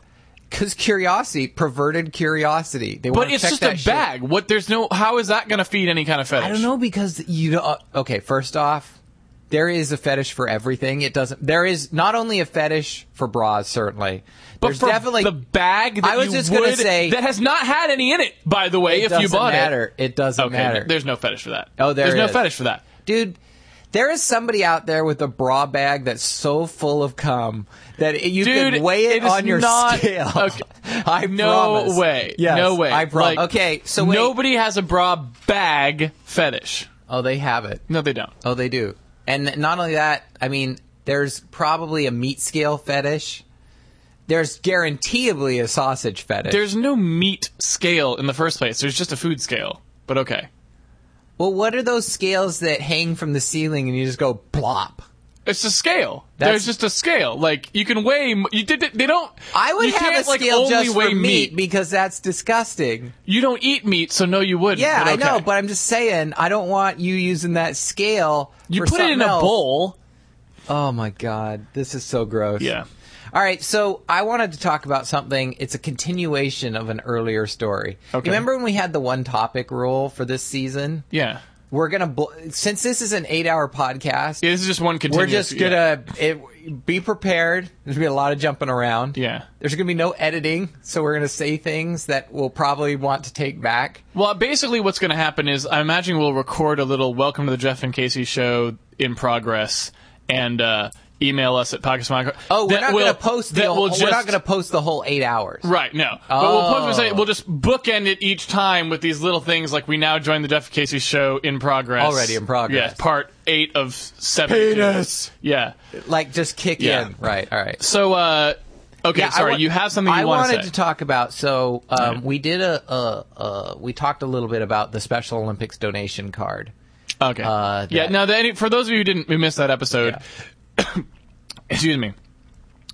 [SPEAKER 1] Because curiosity, perverted curiosity. They
[SPEAKER 2] But
[SPEAKER 1] want to
[SPEAKER 2] it's
[SPEAKER 1] check
[SPEAKER 2] just
[SPEAKER 1] that
[SPEAKER 2] a
[SPEAKER 1] shit.
[SPEAKER 2] bag. What? There's no. How is that going to feed any kind of fetish?
[SPEAKER 1] I don't know because you don't. Okay, first off, there is a fetish for everything. It doesn't. There is not only a fetish for bras, certainly,
[SPEAKER 2] But
[SPEAKER 1] there's
[SPEAKER 2] for
[SPEAKER 1] definitely
[SPEAKER 2] the bag that
[SPEAKER 1] I was
[SPEAKER 2] you
[SPEAKER 1] just gonna
[SPEAKER 2] would,
[SPEAKER 1] say-
[SPEAKER 2] that has not had any in it. By the way,
[SPEAKER 1] It
[SPEAKER 2] if
[SPEAKER 1] doesn't
[SPEAKER 2] you bought
[SPEAKER 1] matter. It, doesn't
[SPEAKER 2] it, okay,
[SPEAKER 1] matter,
[SPEAKER 2] there's no fetish for that.
[SPEAKER 1] Oh, there
[SPEAKER 2] there's no
[SPEAKER 1] is.
[SPEAKER 2] fetish for that.
[SPEAKER 1] dude. There is somebody out there with a bra bag that's so full of cum that it- you
[SPEAKER 2] Dude,
[SPEAKER 1] can weigh it,
[SPEAKER 2] it is
[SPEAKER 1] on your
[SPEAKER 2] not-
[SPEAKER 1] scale.
[SPEAKER 2] okay.
[SPEAKER 1] I
[SPEAKER 2] No
[SPEAKER 1] promise.
[SPEAKER 2] way.
[SPEAKER 1] Yes,
[SPEAKER 2] no way.
[SPEAKER 1] I promise.
[SPEAKER 2] Like,
[SPEAKER 1] okay, so wait.
[SPEAKER 2] nobody has a bra bag fetish.
[SPEAKER 1] Oh, they have it.
[SPEAKER 2] No, they don't.
[SPEAKER 1] Oh, they do. And th- not only that, I mean, there's probably a meat scale fetish. There's guaranteeably a sausage fetish.
[SPEAKER 2] There's no meat scale in the first place. There's just a food scale. But okay.
[SPEAKER 1] well, what are those scales that hang from the ceiling and you just go plop?
[SPEAKER 2] It's a scale.
[SPEAKER 1] That's-
[SPEAKER 2] There's just a scale. Like you can weigh. m- You did. They don't.
[SPEAKER 1] I would
[SPEAKER 2] you
[SPEAKER 1] have a
[SPEAKER 2] can't, like,
[SPEAKER 1] scale
[SPEAKER 2] only
[SPEAKER 1] just
[SPEAKER 2] weigh
[SPEAKER 1] for meat, because that's disgusting.
[SPEAKER 2] You don't eat meat, so no, you wouldn't.
[SPEAKER 1] Yeah,
[SPEAKER 2] but
[SPEAKER 1] I
[SPEAKER 2] okay.
[SPEAKER 1] know, but I'm just saying I don't want you using that scale.
[SPEAKER 2] you
[SPEAKER 1] for
[SPEAKER 2] put it in
[SPEAKER 1] something
[SPEAKER 2] a
[SPEAKER 1] else.
[SPEAKER 2] bowl.
[SPEAKER 1] Oh my god, this is so gross.
[SPEAKER 2] Yeah.
[SPEAKER 1] All right, so I wanted to talk about something. It's a continuation of an earlier story.
[SPEAKER 2] Okay.
[SPEAKER 1] Remember when we had the one topic rule for this season?
[SPEAKER 2] Yeah.
[SPEAKER 1] We're gonna bl- since this is an eight-hour podcast,
[SPEAKER 2] yeah. This is just one
[SPEAKER 1] we're
[SPEAKER 2] continuous.
[SPEAKER 1] just
[SPEAKER 2] yeah.
[SPEAKER 1] gonna it, be prepared. There's gonna be a lot of jumping around.
[SPEAKER 2] Yeah.
[SPEAKER 1] There's gonna be no editing, so we're gonna say things that we'll probably want to take back.
[SPEAKER 2] Well, basically, what's going to happen is I imagine we'll record a little "Welcome to the Jeff and Casey Show" in progress, and uh, email us at Pocket
[SPEAKER 1] Oh, we're not gonna post the
[SPEAKER 2] that
[SPEAKER 1] whole,
[SPEAKER 2] we'll
[SPEAKER 1] we're not
[SPEAKER 2] just-
[SPEAKER 1] gonna post the whole eight hours.
[SPEAKER 2] Right, no. But we'll,
[SPEAKER 1] Oh.
[SPEAKER 2] put, we'll, say- we'll just bookend it each time with these little things like we now join the Jeff Casey show in progress.
[SPEAKER 1] Already in progress.
[SPEAKER 2] Yeah, part eight of seven. Yeah.
[SPEAKER 1] Like just kick
[SPEAKER 2] Yeah.
[SPEAKER 1] in. Right. All right.
[SPEAKER 2] So, uh, okay,
[SPEAKER 1] Yeah, I
[SPEAKER 2] sorry,
[SPEAKER 1] wa-
[SPEAKER 2] you have something you
[SPEAKER 1] I
[SPEAKER 2] want
[SPEAKER 1] wanted
[SPEAKER 2] to say.
[SPEAKER 1] to talk about. So um, we did a, a, a we talked a little bit about the Special Olympics donation card.
[SPEAKER 2] okay.
[SPEAKER 1] uh,
[SPEAKER 2] yeah,
[SPEAKER 1] that-
[SPEAKER 2] now, the, any- for those of you who didn't, who missed that episode, excuse me,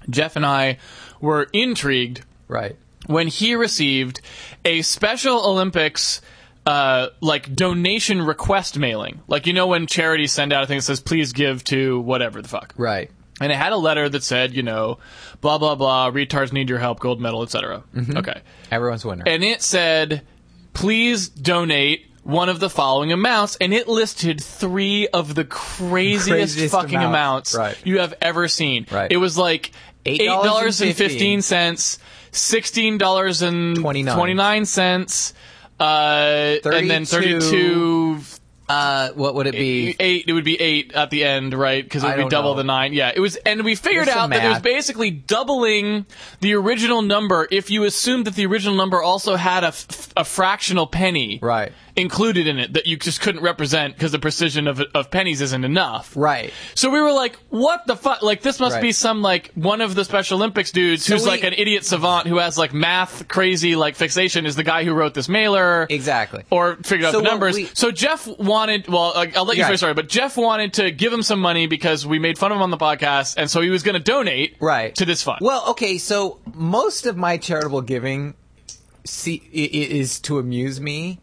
[SPEAKER 2] Jeff and I were intrigued
[SPEAKER 1] Right.
[SPEAKER 2] when he received a Special Olympics uh, like donation request mailing. Like you know when charities send out a thing that says please give to whatever the fuck.
[SPEAKER 1] Right.
[SPEAKER 2] And it had a letter that said, you know, blah blah blah, retards need your help, gold medal, etc. Okay.
[SPEAKER 1] Everyone's winner.
[SPEAKER 2] And it said, please donate one of the following amounts and it listed 3 of the craziest,
[SPEAKER 1] Craziest
[SPEAKER 2] fucking
[SPEAKER 1] amounts.
[SPEAKER 2] amounts,
[SPEAKER 1] Right.
[SPEAKER 2] you have ever seen.
[SPEAKER 1] Right.
[SPEAKER 2] It was like
[SPEAKER 1] $8.15.
[SPEAKER 2] $8.15, $16.29, uh, and then
[SPEAKER 1] 32.
[SPEAKER 2] 32
[SPEAKER 1] Uh, what would it be?
[SPEAKER 2] eight. It would be eight at the end, right? Because it
[SPEAKER 1] I
[SPEAKER 2] would be
[SPEAKER 1] don't
[SPEAKER 2] double
[SPEAKER 1] know.
[SPEAKER 2] the nine. Yeah, it was, and we figured
[SPEAKER 1] There's
[SPEAKER 2] out
[SPEAKER 1] some
[SPEAKER 2] that it was
[SPEAKER 1] math.
[SPEAKER 2] basically doubling the original number if you assumed that the original number also had a, f- a fractional penny
[SPEAKER 1] Right.
[SPEAKER 2] included in it that you just couldn't represent because the precision of, of pennies isn't enough.
[SPEAKER 1] Right.
[SPEAKER 2] So we were like, what the fuck? Like, this must
[SPEAKER 1] Right.
[SPEAKER 2] be some, like, one of the Special Olympics dudes who's,
[SPEAKER 1] we-
[SPEAKER 2] like, an idiot savant who has, like, math crazy, like, fixation is the guy who wrote this mailer.
[SPEAKER 1] Exactly.
[SPEAKER 2] Or figured out
[SPEAKER 1] So
[SPEAKER 2] the
[SPEAKER 1] what
[SPEAKER 2] numbers.
[SPEAKER 1] we-
[SPEAKER 2] so Jeff wanted, well, I- I'll let you
[SPEAKER 1] Right.
[SPEAKER 2] say sorry, but Jeff wanted to give him some money because we made fun of him on the podcast, and so he was going to donate
[SPEAKER 1] right
[SPEAKER 2] to this fund.
[SPEAKER 1] Well, okay, so most of my charitable giving see, i- i- is to amuse me.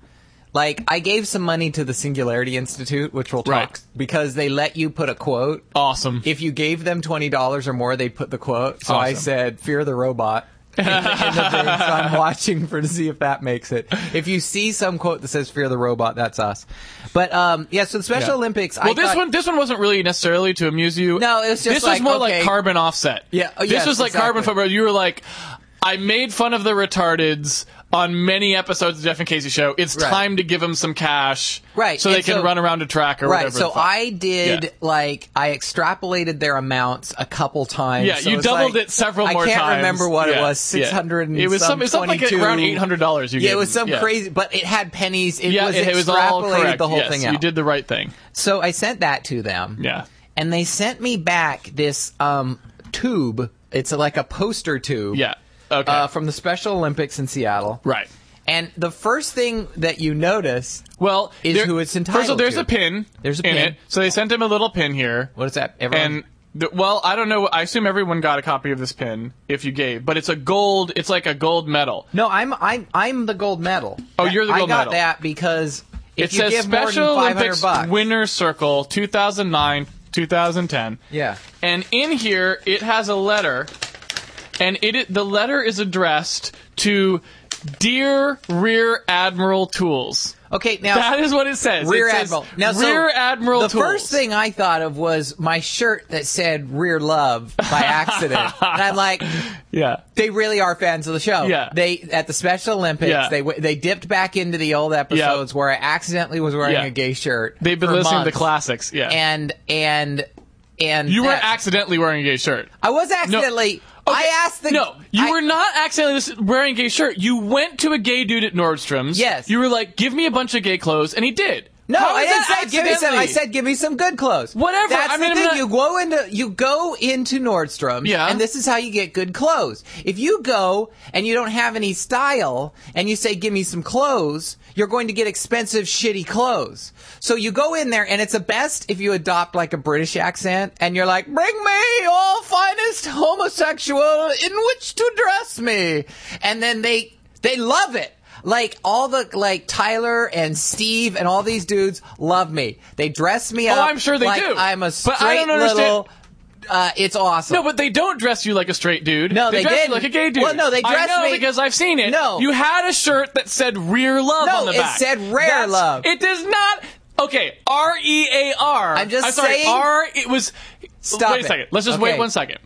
[SPEAKER 1] Like I gave some money to the Singularity Institute, which we'll talk
[SPEAKER 2] Right.
[SPEAKER 1] because they let you put a quote.
[SPEAKER 2] awesome.
[SPEAKER 1] If you gave them twenty dollars or more, they put the quote. So I
[SPEAKER 2] Awesome.
[SPEAKER 1] said, "Fear the robot." in the, in the thing, so I'm watching for to see if that makes it. If you see some quote that says "Fear the robot," that's us. But um, yeah, so the Special
[SPEAKER 2] Yeah.
[SPEAKER 1] Olympics.
[SPEAKER 2] Well,
[SPEAKER 1] I
[SPEAKER 2] this
[SPEAKER 1] thought-
[SPEAKER 2] one, this one wasn't really necessarily to amuse you.
[SPEAKER 1] No, it was just
[SPEAKER 2] this
[SPEAKER 1] like,
[SPEAKER 2] was more
[SPEAKER 1] okay.
[SPEAKER 2] like carbon offset.
[SPEAKER 1] Yeah, oh,
[SPEAKER 2] this
[SPEAKER 1] yes,
[SPEAKER 2] was like carbon
[SPEAKER 1] exactly.
[SPEAKER 2] footprint. You were like, I made fun of the retardeds on many episodes of Jeff and Casey show. It's
[SPEAKER 1] Right.
[SPEAKER 2] time to give them some cash,
[SPEAKER 1] Right,
[SPEAKER 2] So they
[SPEAKER 1] and
[SPEAKER 2] can
[SPEAKER 1] so-
[SPEAKER 2] run around a track or
[SPEAKER 1] Right.
[SPEAKER 2] whatever.
[SPEAKER 1] So
[SPEAKER 2] the fuck.
[SPEAKER 1] I did
[SPEAKER 2] Yeah.
[SPEAKER 1] like I extrapolated their amounts a couple times.
[SPEAKER 2] Yeah,
[SPEAKER 1] so
[SPEAKER 2] you
[SPEAKER 1] it's
[SPEAKER 2] doubled
[SPEAKER 1] like-
[SPEAKER 2] it several
[SPEAKER 1] I
[SPEAKER 2] more
[SPEAKER 1] can't
[SPEAKER 2] times.
[SPEAKER 1] remember what it
[SPEAKER 2] Yeah,
[SPEAKER 1] was.
[SPEAKER 2] yeah.
[SPEAKER 1] Six hundred.
[SPEAKER 2] It was some- it's something like around $800 you
[SPEAKER 1] Yeah,
[SPEAKER 2] gave
[SPEAKER 1] it was
[SPEAKER 2] them,
[SPEAKER 1] some
[SPEAKER 2] yeah.
[SPEAKER 1] crazy, but it had pennies. It
[SPEAKER 2] yeah,
[SPEAKER 1] was
[SPEAKER 2] it, it was all
[SPEAKER 1] extrapolated
[SPEAKER 2] correct.
[SPEAKER 1] the whole
[SPEAKER 2] yes,
[SPEAKER 1] thing
[SPEAKER 2] You
[SPEAKER 1] out.
[SPEAKER 2] did the right thing.
[SPEAKER 1] So I sent that to them.
[SPEAKER 2] Yeah.
[SPEAKER 1] And they sent me back this um tube. It's like a poster tube.
[SPEAKER 2] Yeah. Okay.
[SPEAKER 1] Uh, from the Special Olympics in Seattle.
[SPEAKER 2] right.
[SPEAKER 1] And the first thing that you notice,
[SPEAKER 2] Well,
[SPEAKER 1] Is
[SPEAKER 2] there-
[SPEAKER 1] who it's
[SPEAKER 2] First of all,
[SPEAKER 1] entitled
[SPEAKER 2] there's
[SPEAKER 1] to.
[SPEAKER 2] a pin.
[SPEAKER 1] There's a
[SPEAKER 2] in
[SPEAKER 1] pin.
[SPEAKER 2] It. So they sent him a little pin here.
[SPEAKER 1] what is that? Everyone.
[SPEAKER 2] And the, well, I don't know. I assume everyone got a copy of this pin if you gave, but it's a gold. It's like a gold medal.
[SPEAKER 1] No, I'm I'm I'm the gold medal.
[SPEAKER 2] Oh, you're the
[SPEAKER 1] I
[SPEAKER 2] gold
[SPEAKER 1] got
[SPEAKER 2] medal.
[SPEAKER 1] that because if
[SPEAKER 2] It
[SPEAKER 1] you
[SPEAKER 2] says
[SPEAKER 1] give more than
[SPEAKER 2] Special
[SPEAKER 1] 500
[SPEAKER 2] Olympics
[SPEAKER 1] bucks,
[SPEAKER 2] Winner Circle 2009 2010.
[SPEAKER 1] Yeah.
[SPEAKER 2] And in here it has a letter, and it, it the letter is addressed to dear Rear Admiral Tools.
[SPEAKER 1] Okay, now
[SPEAKER 2] That is what it says. It
[SPEAKER 1] Rear
[SPEAKER 2] says,
[SPEAKER 1] Admiral. Now, so
[SPEAKER 2] Rear Admiral
[SPEAKER 1] The
[SPEAKER 2] Tools.
[SPEAKER 1] first thing I thought of was my shirt that said "Rear Love" by accident, and I'm like,
[SPEAKER 2] Yeah.
[SPEAKER 1] they really are fans of the show.
[SPEAKER 2] Yeah.
[SPEAKER 1] They at the Special Olympics,
[SPEAKER 2] Yeah.
[SPEAKER 1] they w- they dipped back into the old episodes where I accidentally was wearing
[SPEAKER 2] Yeah.
[SPEAKER 1] a gay shirt.
[SPEAKER 2] They've been
[SPEAKER 1] for
[SPEAKER 2] listening to
[SPEAKER 1] months.
[SPEAKER 2] classics. Yeah.
[SPEAKER 1] and and and
[SPEAKER 2] you were
[SPEAKER 1] that-
[SPEAKER 2] accidentally wearing a gay shirt.
[SPEAKER 1] I was accidentally.
[SPEAKER 2] Okay,
[SPEAKER 1] I asked the
[SPEAKER 2] No, you
[SPEAKER 1] I-
[SPEAKER 2] were not accidentally this- wearing a gay shirt. You went to a gay dude at Nordstrom's.
[SPEAKER 1] Yes.
[SPEAKER 2] You were like, "Give me a bunch of gay clothes," and he did.
[SPEAKER 1] No,
[SPEAKER 2] How
[SPEAKER 1] I
[SPEAKER 2] is
[SPEAKER 1] didn't
[SPEAKER 2] that
[SPEAKER 1] say give me some.
[SPEAKER 2] accidentally?
[SPEAKER 1] I said give me some good clothes.
[SPEAKER 2] Whatever,
[SPEAKER 1] That's
[SPEAKER 2] I mean,
[SPEAKER 1] the
[SPEAKER 2] I'm
[SPEAKER 1] thing.
[SPEAKER 2] not-
[SPEAKER 1] You go into you go into Nordstrom.
[SPEAKER 2] Yeah.
[SPEAKER 1] And this is how you get good clothes. If you go and you don't have any style and you say give me some clothes, you're going to get expensive shitty clothes. So you go in there and it's the best if you adopt like a British accent and you're like bring me all finest homosexual in which to dress me, and then they they love it. Like all the like Tyler and Steve and all these dudes love me. They dress me up.
[SPEAKER 2] Oh, I'm sure they
[SPEAKER 1] like
[SPEAKER 2] do.
[SPEAKER 1] I'm a
[SPEAKER 2] But
[SPEAKER 1] straight
[SPEAKER 2] I don't understand-
[SPEAKER 1] little. Uh, it's awesome.
[SPEAKER 2] No, but they don't dress you like a straight dude.
[SPEAKER 1] No,
[SPEAKER 2] they,
[SPEAKER 1] they
[SPEAKER 2] dress
[SPEAKER 1] didn't.
[SPEAKER 2] you like a gay dude.
[SPEAKER 1] Well, no, they
[SPEAKER 2] I
[SPEAKER 1] dressed
[SPEAKER 2] know
[SPEAKER 1] me-
[SPEAKER 2] because I've seen it.
[SPEAKER 1] No.
[SPEAKER 2] you had a shirt that said "Rear Love"
[SPEAKER 1] No,
[SPEAKER 2] on the
[SPEAKER 1] it
[SPEAKER 2] back.
[SPEAKER 1] said Rare
[SPEAKER 2] That's-
[SPEAKER 1] Love.
[SPEAKER 2] It does not. Okay, R E A R.
[SPEAKER 1] I'm just
[SPEAKER 2] I'm sorry,
[SPEAKER 1] saying-
[SPEAKER 2] R. It was.
[SPEAKER 1] Stop
[SPEAKER 2] wait a
[SPEAKER 1] it.
[SPEAKER 2] second. Let's just wait
[SPEAKER 1] Okay.
[SPEAKER 2] one second.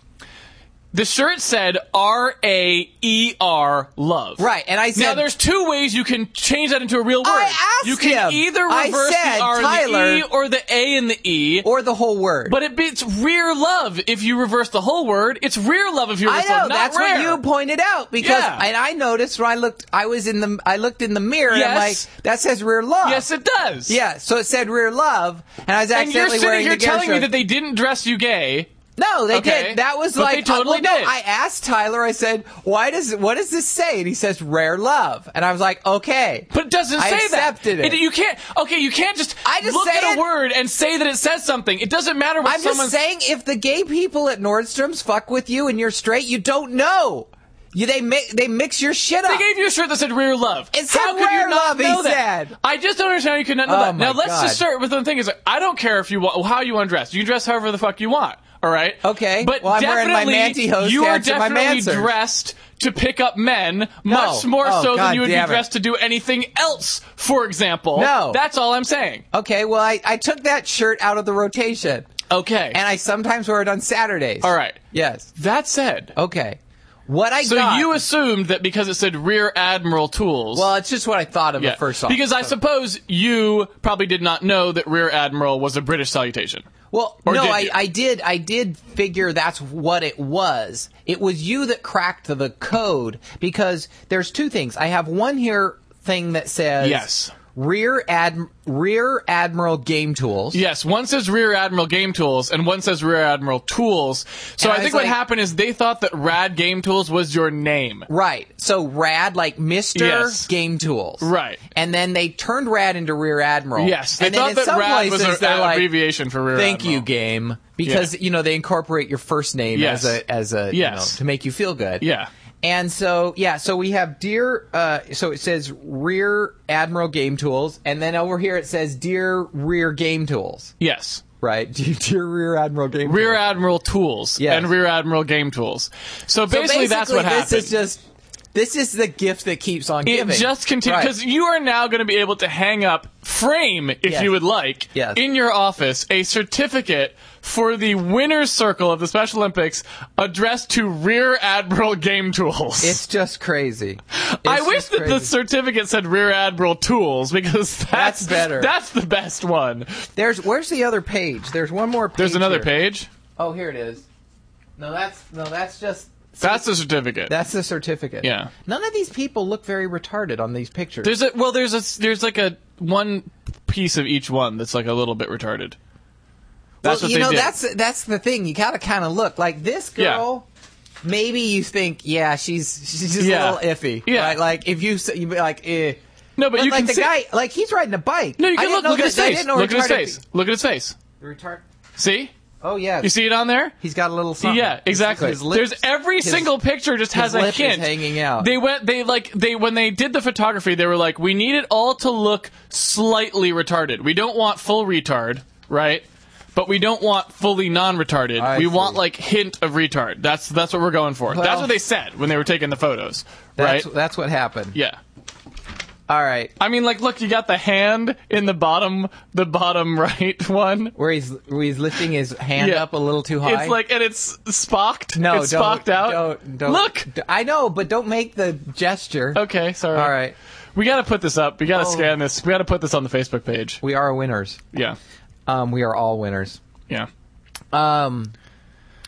[SPEAKER 2] The shirt said R A E R love.
[SPEAKER 1] Right, and I
[SPEAKER 2] now
[SPEAKER 1] said-
[SPEAKER 2] there's two ways you can change that into a real word.
[SPEAKER 1] I asked
[SPEAKER 2] you can
[SPEAKER 1] him.
[SPEAKER 2] either
[SPEAKER 1] I
[SPEAKER 2] reverse
[SPEAKER 1] said,
[SPEAKER 2] the R and
[SPEAKER 1] Tyler-
[SPEAKER 2] the E or the A and the E,
[SPEAKER 1] or the whole word.
[SPEAKER 2] but it beats rear love if you reverse the whole word. It's rear love if you
[SPEAKER 1] I
[SPEAKER 2] reverse
[SPEAKER 1] know
[SPEAKER 2] love, not
[SPEAKER 1] that's
[SPEAKER 2] rare.
[SPEAKER 1] what you pointed out because
[SPEAKER 2] Yeah.
[SPEAKER 1] and I noticed when I looked, I was in the I looked in the mirror and I'm like
[SPEAKER 2] Yes.
[SPEAKER 1] that says rear love.
[SPEAKER 2] Yes, it does.
[SPEAKER 1] Yeah, so it said rear love, and I was
[SPEAKER 2] And you're
[SPEAKER 1] accidentally
[SPEAKER 2] sitting
[SPEAKER 1] wearing
[SPEAKER 2] here
[SPEAKER 1] the gay
[SPEAKER 2] telling me
[SPEAKER 1] shirt.
[SPEAKER 2] that they didn't dress you gay.
[SPEAKER 1] No, they
[SPEAKER 2] Okay.
[SPEAKER 1] did. That was
[SPEAKER 2] But
[SPEAKER 1] like uh,
[SPEAKER 2] they totally
[SPEAKER 1] well, no,
[SPEAKER 2] did.
[SPEAKER 1] I asked Tyler. I said, "Why does what does this say?" And he says, "Rare love." And I was like, "Okay."
[SPEAKER 2] But it doesn't
[SPEAKER 1] I
[SPEAKER 2] say
[SPEAKER 1] accepted
[SPEAKER 2] that.
[SPEAKER 1] it.
[SPEAKER 2] You can't. Okay, you can't just,
[SPEAKER 1] I just
[SPEAKER 2] look
[SPEAKER 1] say
[SPEAKER 2] at
[SPEAKER 1] it.
[SPEAKER 2] a word and say that it says something. It doesn't matter what
[SPEAKER 1] I'm just
[SPEAKER 2] someone.
[SPEAKER 1] saying, if the gay people at Nordstrom's fuck with you and you're straight, you don't know. You they mi- they mix your shit up.
[SPEAKER 2] They gave you a shirt that said "Rear Love."
[SPEAKER 1] It said
[SPEAKER 2] how could
[SPEAKER 1] Rare
[SPEAKER 2] you not
[SPEAKER 1] Love, he
[SPEAKER 2] know that?
[SPEAKER 1] said.
[SPEAKER 2] I just don't understand how you could not know
[SPEAKER 1] Oh
[SPEAKER 2] that.
[SPEAKER 1] my
[SPEAKER 2] Now let's
[SPEAKER 1] God.
[SPEAKER 2] just start with the thing: is like, I don't care if you wa- how you want to dress. You can dress however the fuck you want. All right.
[SPEAKER 1] Okay.
[SPEAKER 2] But
[SPEAKER 1] Well, I'm wearing my
[SPEAKER 2] definitely,
[SPEAKER 1] mantyhose
[SPEAKER 2] you
[SPEAKER 1] to
[SPEAKER 2] are
[SPEAKER 1] answer my
[SPEAKER 2] definitely
[SPEAKER 1] mansers.
[SPEAKER 2] dressed to pick up men much more
[SPEAKER 1] Oh,
[SPEAKER 2] so
[SPEAKER 1] God
[SPEAKER 2] than you would be
[SPEAKER 1] damn it.
[SPEAKER 2] dressed to do anything else. For example,
[SPEAKER 1] No.
[SPEAKER 2] That's all I'm saying.
[SPEAKER 1] okay, well, I, I took that shirt out of the rotation,
[SPEAKER 2] Okay.
[SPEAKER 1] and I sometimes wear it on Saturdays.
[SPEAKER 2] all right.
[SPEAKER 1] Yes.
[SPEAKER 2] That said,
[SPEAKER 1] Okay. What I
[SPEAKER 2] So
[SPEAKER 1] got.
[SPEAKER 2] you assumed that because it said Rear Admiral Tools.
[SPEAKER 1] well, it's just what I thought of
[SPEAKER 2] Yeah.
[SPEAKER 1] at first off.
[SPEAKER 2] because I suppose you probably did not know that Rear Admiral was a British salutation.
[SPEAKER 1] Well,
[SPEAKER 2] Or
[SPEAKER 1] no,
[SPEAKER 2] did
[SPEAKER 1] I,
[SPEAKER 2] you?
[SPEAKER 1] I did. I did figure that's what it was. It was you that cracked the code because there's two things. I have one here thing that says
[SPEAKER 2] Yes.
[SPEAKER 1] rear ad rear admiral game tools.
[SPEAKER 2] Yes, one says Rear Admiral Game Tools and one says Rear Admiral Tools. So
[SPEAKER 1] And I
[SPEAKER 2] I think
[SPEAKER 1] was
[SPEAKER 2] what
[SPEAKER 1] like- Oh.
[SPEAKER 2] happened is they thought that Rad Game Tools was your name.
[SPEAKER 1] Right. So rad like Mister
[SPEAKER 2] Yes.
[SPEAKER 1] Game Tools.
[SPEAKER 2] Right.
[SPEAKER 1] And then they turned rad into rear admiral.
[SPEAKER 2] Yes, they
[SPEAKER 1] and then
[SPEAKER 2] thought
[SPEAKER 1] in
[SPEAKER 2] that
[SPEAKER 1] some
[SPEAKER 2] Rad was
[SPEAKER 1] places
[SPEAKER 2] an
[SPEAKER 1] they're like,
[SPEAKER 2] abbreviation for Rear
[SPEAKER 1] Thank
[SPEAKER 2] Admiral.
[SPEAKER 1] you, game, because
[SPEAKER 2] Yeah.
[SPEAKER 1] you know they incorporate your first name
[SPEAKER 2] Yes.
[SPEAKER 1] as a as a you
[SPEAKER 2] Yes.
[SPEAKER 1] know, to make you feel good.
[SPEAKER 2] Yeah.
[SPEAKER 1] And so yeah, so we have dear. Uh, so it says rear admiral game tools, and then over here it says dear rear game tools.
[SPEAKER 2] Yes.
[SPEAKER 1] Right, dear, dear rear admiral game.
[SPEAKER 2] Rear
[SPEAKER 1] Tools.
[SPEAKER 2] Admiral Tools
[SPEAKER 1] Yes.
[SPEAKER 2] and Rear Admiral Game Tools.
[SPEAKER 1] So
[SPEAKER 2] So basically, that's what
[SPEAKER 1] this
[SPEAKER 2] happened.
[SPEAKER 1] is just this is the gift that keeps on
[SPEAKER 2] It
[SPEAKER 1] giving.
[SPEAKER 2] just continues
[SPEAKER 1] Right.
[SPEAKER 2] because you are now going to be able to hang up frame, if
[SPEAKER 1] Yes.
[SPEAKER 2] you would like,
[SPEAKER 1] Yes.
[SPEAKER 2] in your office a certificate for the winner's circle of the Special Olympics addressed to Rear Admiral Game Tools.
[SPEAKER 1] It's just crazy.
[SPEAKER 2] I
[SPEAKER 1] It's
[SPEAKER 2] wish
[SPEAKER 1] just
[SPEAKER 2] that the
[SPEAKER 1] crazy.
[SPEAKER 2] certificate said Rear Admiral Tools because that's,
[SPEAKER 1] better.
[SPEAKER 2] That's the best one.
[SPEAKER 1] There's where's the other page? There's one more. page
[SPEAKER 2] There's another
[SPEAKER 1] here.
[SPEAKER 2] page.
[SPEAKER 1] Oh, here it is. No, that's no, that's just
[SPEAKER 2] That's the certificate.
[SPEAKER 1] that's the certificate.
[SPEAKER 2] Yeah.
[SPEAKER 1] None of these people look very retarded on these pictures.
[SPEAKER 2] there's a well. There's a there's like a one piece of each one that's like a little bit retarded. That's
[SPEAKER 1] well,
[SPEAKER 2] what
[SPEAKER 1] you
[SPEAKER 2] they
[SPEAKER 1] know,
[SPEAKER 2] did.
[SPEAKER 1] that's that's the thing. You gotta kind of look like this
[SPEAKER 2] Yeah.
[SPEAKER 1] girl. Maybe you think, yeah, she's she's just
[SPEAKER 2] Yeah.
[SPEAKER 1] a little iffy.
[SPEAKER 2] Yeah.
[SPEAKER 1] Right? Like if you s- you be like, eh.
[SPEAKER 2] no, but,
[SPEAKER 1] But,
[SPEAKER 2] you
[SPEAKER 1] like
[SPEAKER 2] can
[SPEAKER 1] the
[SPEAKER 2] see.
[SPEAKER 1] guy, like he's riding a bike.
[SPEAKER 2] No, you can
[SPEAKER 1] I
[SPEAKER 2] look.
[SPEAKER 1] didn't know
[SPEAKER 2] Look at
[SPEAKER 1] that-
[SPEAKER 2] his
[SPEAKER 1] I
[SPEAKER 2] face.
[SPEAKER 1] didn't know
[SPEAKER 2] Look at his
[SPEAKER 1] retarded
[SPEAKER 2] face.
[SPEAKER 1] pe-
[SPEAKER 2] Look at his face.
[SPEAKER 1] Retard-
[SPEAKER 2] See?
[SPEAKER 1] Oh yeah,
[SPEAKER 2] You see it on there?
[SPEAKER 1] he's got a little something.
[SPEAKER 2] Yeah, exactly.
[SPEAKER 1] His lips-
[SPEAKER 2] There's every
[SPEAKER 1] his-
[SPEAKER 2] single picture just has a
[SPEAKER 1] lip is
[SPEAKER 2] hint
[SPEAKER 1] hanging out.
[SPEAKER 2] They went. They like they when they did the photography, they were like, we need it all to look slightly retarded. We don't want full retard, right? But we don't want fully non-retarded.
[SPEAKER 1] I
[SPEAKER 2] we
[SPEAKER 1] see.
[SPEAKER 2] want like hint of retard. That's that's what we're going for.
[SPEAKER 1] Well-
[SPEAKER 2] that's what they said when they were taking the photos,
[SPEAKER 1] That's,
[SPEAKER 2] right?
[SPEAKER 1] that's what happened.
[SPEAKER 2] Yeah.
[SPEAKER 1] All right.
[SPEAKER 2] I mean, like, look, you got the hand in the bottom, the bottom right one.
[SPEAKER 1] where he's where he's lifting his hand
[SPEAKER 2] Yeah.
[SPEAKER 1] up a little too high.
[SPEAKER 2] It's like, and it's spocked.
[SPEAKER 1] no,
[SPEAKER 2] it's
[SPEAKER 1] don't,
[SPEAKER 2] spocked out.
[SPEAKER 1] Don't, don't
[SPEAKER 2] Look.
[SPEAKER 1] d- I know, but don't make the gesture.
[SPEAKER 2] Okay, sorry.
[SPEAKER 1] All right,
[SPEAKER 2] we got to put this up. We got to
[SPEAKER 1] Oh.
[SPEAKER 2] scan this. We got to put this on the Facebook page.
[SPEAKER 1] we are winners.
[SPEAKER 2] Yeah,
[SPEAKER 1] Um, we are all winners.
[SPEAKER 2] yeah.
[SPEAKER 1] Um,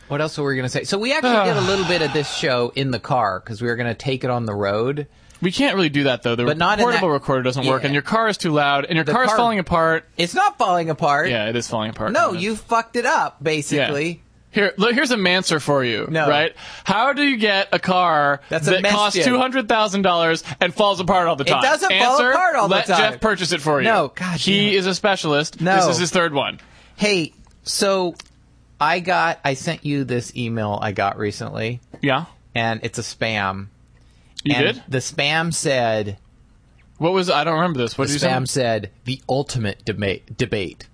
[SPEAKER 1] what else were we gonna say? So we actually did a little bit of this show in the car because we were gonna take it on the road.
[SPEAKER 2] We can't really do that though. The
[SPEAKER 1] But not in
[SPEAKER 2] portable
[SPEAKER 1] that-
[SPEAKER 2] recorder doesn't work,
[SPEAKER 1] Yeah.
[SPEAKER 2] and your car is too loud, and your car is
[SPEAKER 1] car-
[SPEAKER 2] falling apart.
[SPEAKER 1] It's not falling apart.
[SPEAKER 2] Yeah, it is falling apart.
[SPEAKER 1] No,
[SPEAKER 2] kinda.
[SPEAKER 1] you fucked it up basically.
[SPEAKER 2] Here, look, here's a mancer for you.
[SPEAKER 1] No.
[SPEAKER 2] Right? How do you get a car
[SPEAKER 1] That's a
[SPEAKER 2] that
[SPEAKER 1] mess
[SPEAKER 2] costs
[SPEAKER 1] jet.
[SPEAKER 2] two hundred thousand dollars and falls apart all the time?
[SPEAKER 1] doesn't fall
[SPEAKER 2] Answer,
[SPEAKER 1] apart all the
[SPEAKER 2] let
[SPEAKER 1] time.
[SPEAKER 2] Jeff purchase it for you.
[SPEAKER 1] No, God damn
[SPEAKER 2] he
[SPEAKER 1] it.
[SPEAKER 2] is a specialist.
[SPEAKER 1] No.
[SPEAKER 2] this is his third one.
[SPEAKER 1] Hey, so I got I sent you this email I got recently,
[SPEAKER 2] Yeah,
[SPEAKER 1] and it's a spam.
[SPEAKER 2] you
[SPEAKER 1] and
[SPEAKER 2] did.
[SPEAKER 1] The spam said.
[SPEAKER 2] What was I don't remember this. What did you
[SPEAKER 1] Spam
[SPEAKER 2] say?
[SPEAKER 1] said the ultimate debate. Debate.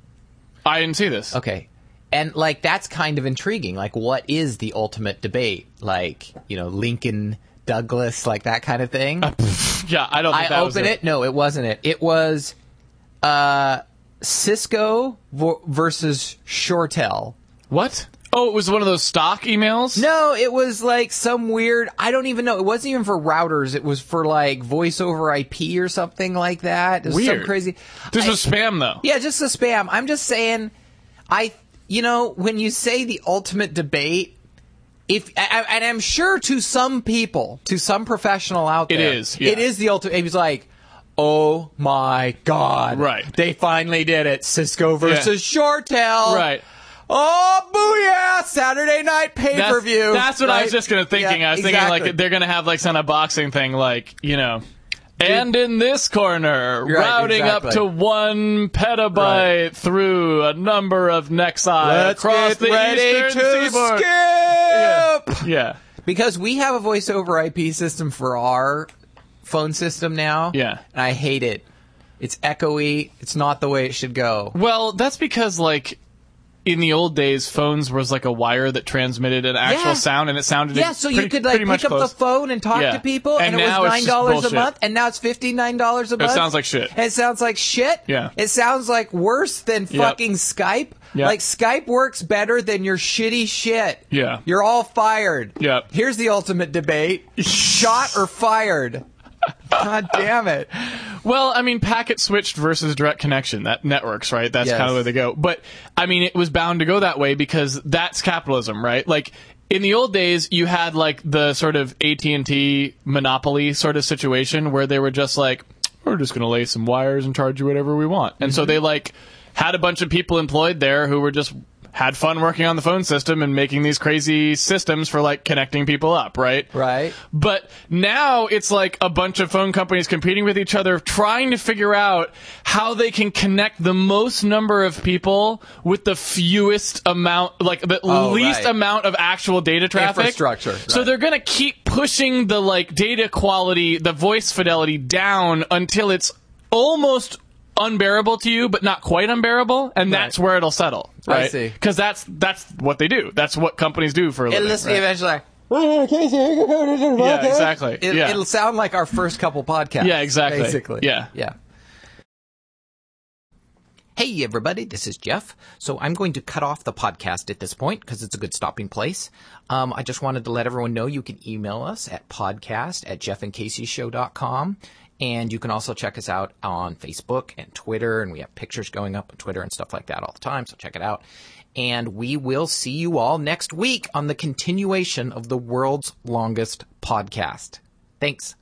[SPEAKER 2] I didn't see this.
[SPEAKER 1] Okay, and like that's kind of intriguing. Like, what is the ultimate debate? Like, you know, Lincoln, Douglas, like that kind of thing.
[SPEAKER 2] Yeah, I don't. Think
[SPEAKER 1] I
[SPEAKER 2] that was
[SPEAKER 1] opened it. No, it wasn't it. It was uh, Cisco vo- versus Shortel.
[SPEAKER 2] What? Oh, it was one of those stock emails?
[SPEAKER 1] No, it was like some weird. I don't even know. It wasn't even for routers. It was for like voice over IP or something like that. It was
[SPEAKER 2] Weird.
[SPEAKER 1] Some crazy.
[SPEAKER 2] This
[SPEAKER 1] I-
[SPEAKER 2] was spam, though.
[SPEAKER 1] Yeah, just a spam. I'm just saying, I, you know, when you say the ultimate debate, if I, I- and I'm sure to some people, to some professional out there,
[SPEAKER 2] is, yeah.
[SPEAKER 1] it is the ultimate. It was like, oh my god,
[SPEAKER 2] Right.
[SPEAKER 1] They finally did it. Cisco versus Shortel,
[SPEAKER 2] Right.
[SPEAKER 1] Oh booyah! Saturday night pay
[SPEAKER 2] That's,
[SPEAKER 1] per view.
[SPEAKER 2] that's what I was just gonna thinking. I was thinking like they're gonna have like some boxing thing, like you know. And in this corner,
[SPEAKER 1] Right,
[SPEAKER 2] routing up
[SPEAKER 1] exactly.
[SPEAKER 2] to one petabyte
[SPEAKER 1] Right.
[SPEAKER 2] through a number of nexi
[SPEAKER 1] Let's
[SPEAKER 2] across
[SPEAKER 1] get
[SPEAKER 2] the
[SPEAKER 1] ready
[SPEAKER 2] eastern
[SPEAKER 1] to
[SPEAKER 2] seaboard.
[SPEAKER 1] skip.
[SPEAKER 2] Yeah,
[SPEAKER 1] Because we have a voice over IP system for our phone system now.
[SPEAKER 2] Yeah.
[SPEAKER 1] And I hate it. It's echoey. It's not the way it should go.
[SPEAKER 2] Well, that's because like in the old days, phones was like a wire that transmitted an actual
[SPEAKER 1] Yeah.
[SPEAKER 2] sound, and it sounded
[SPEAKER 1] Yeah, so
[SPEAKER 2] pretty-
[SPEAKER 1] you could like
[SPEAKER 2] pretty much
[SPEAKER 1] pick up
[SPEAKER 2] close.
[SPEAKER 1] the phone and talk
[SPEAKER 2] Yeah.
[SPEAKER 1] to people,
[SPEAKER 2] And
[SPEAKER 1] and, it
[SPEAKER 2] now
[SPEAKER 1] was
[SPEAKER 2] it's
[SPEAKER 1] nine
[SPEAKER 2] just
[SPEAKER 1] dollars a
[SPEAKER 2] bullshit.
[SPEAKER 1] month, and now it's fifty nine dollars a month.
[SPEAKER 2] sounds like shit.
[SPEAKER 1] It sounds like shit.
[SPEAKER 2] Yeah.
[SPEAKER 1] it sounds like worse than fucking Skype.
[SPEAKER 2] Yep.
[SPEAKER 1] Like Skype works better than your shitty shit.
[SPEAKER 2] Yeah.
[SPEAKER 1] you're all fired.
[SPEAKER 2] Yep.
[SPEAKER 1] Here's the ultimate debate: shot or fired. God damn it!
[SPEAKER 2] Well, I mean, packet switched versus direct connection. That networks, right? That's
[SPEAKER 1] Yes.
[SPEAKER 2] kind of where they go. But I mean, it was bound to go that way because that's capitalism, right? Like in the old days, you had like the sort of AT and T monopoly sort of situation where they were just like, we're just going to lay some wires and charge you whatever we want, and so they like had a bunch of people employed there who were just had fun working on the phone system and making these crazy systems for like connecting people up, right?
[SPEAKER 1] Right.
[SPEAKER 2] But now it's like a bunch of phone companies competing with each other, trying to figure out how they can connect the most number of people with the fewest amount, like the
[SPEAKER 1] Oh,
[SPEAKER 2] least
[SPEAKER 1] right.
[SPEAKER 2] amount of actual data traffic.
[SPEAKER 1] Infrastructure,
[SPEAKER 2] So
[SPEAKER 1] right.
[SPEAKER 2] they're going to keep pushing the like data quality, the voice fidelity down until it's almost unbearable to you but not quite unbearable and that's where it'll settle
[SPEAKER 1] I
[SPEAKER 2] right
[SPEAKER 1] see.
[SPEAKER 2] because that's that's what they do that's what companies do for a living
[SPEAKER 1] Unless
[SPEAKER 2] right?
[SPEAKER 1] eventually,
[SPEAKER 2] yeah exactly
[SPEAKER 1] it,
[SPEAKER 2] yeah.
[SPEAKER 1] it'll sound like our first couple podcasts.
[SPEAKER 2] Yeah, exactly.
[SPEAKER 1] Basically.
[SPEAKER 2] Yeah.
[SPEAKER 1] Yeah. Hey, everybody, this is Jeff. So I'm going to cut off the podcast at this point because it's a good stopping place. Um, I just wanted to let everyone know you can email us at podcast at jeffandcaseyshow.com. And you can also check us out on Facebook and Twitter. And we have pictures going up on Twitter and stuff like that all the time. So check it out. And we will see you all next week on the continuation of the world's longest podcast. Thanks.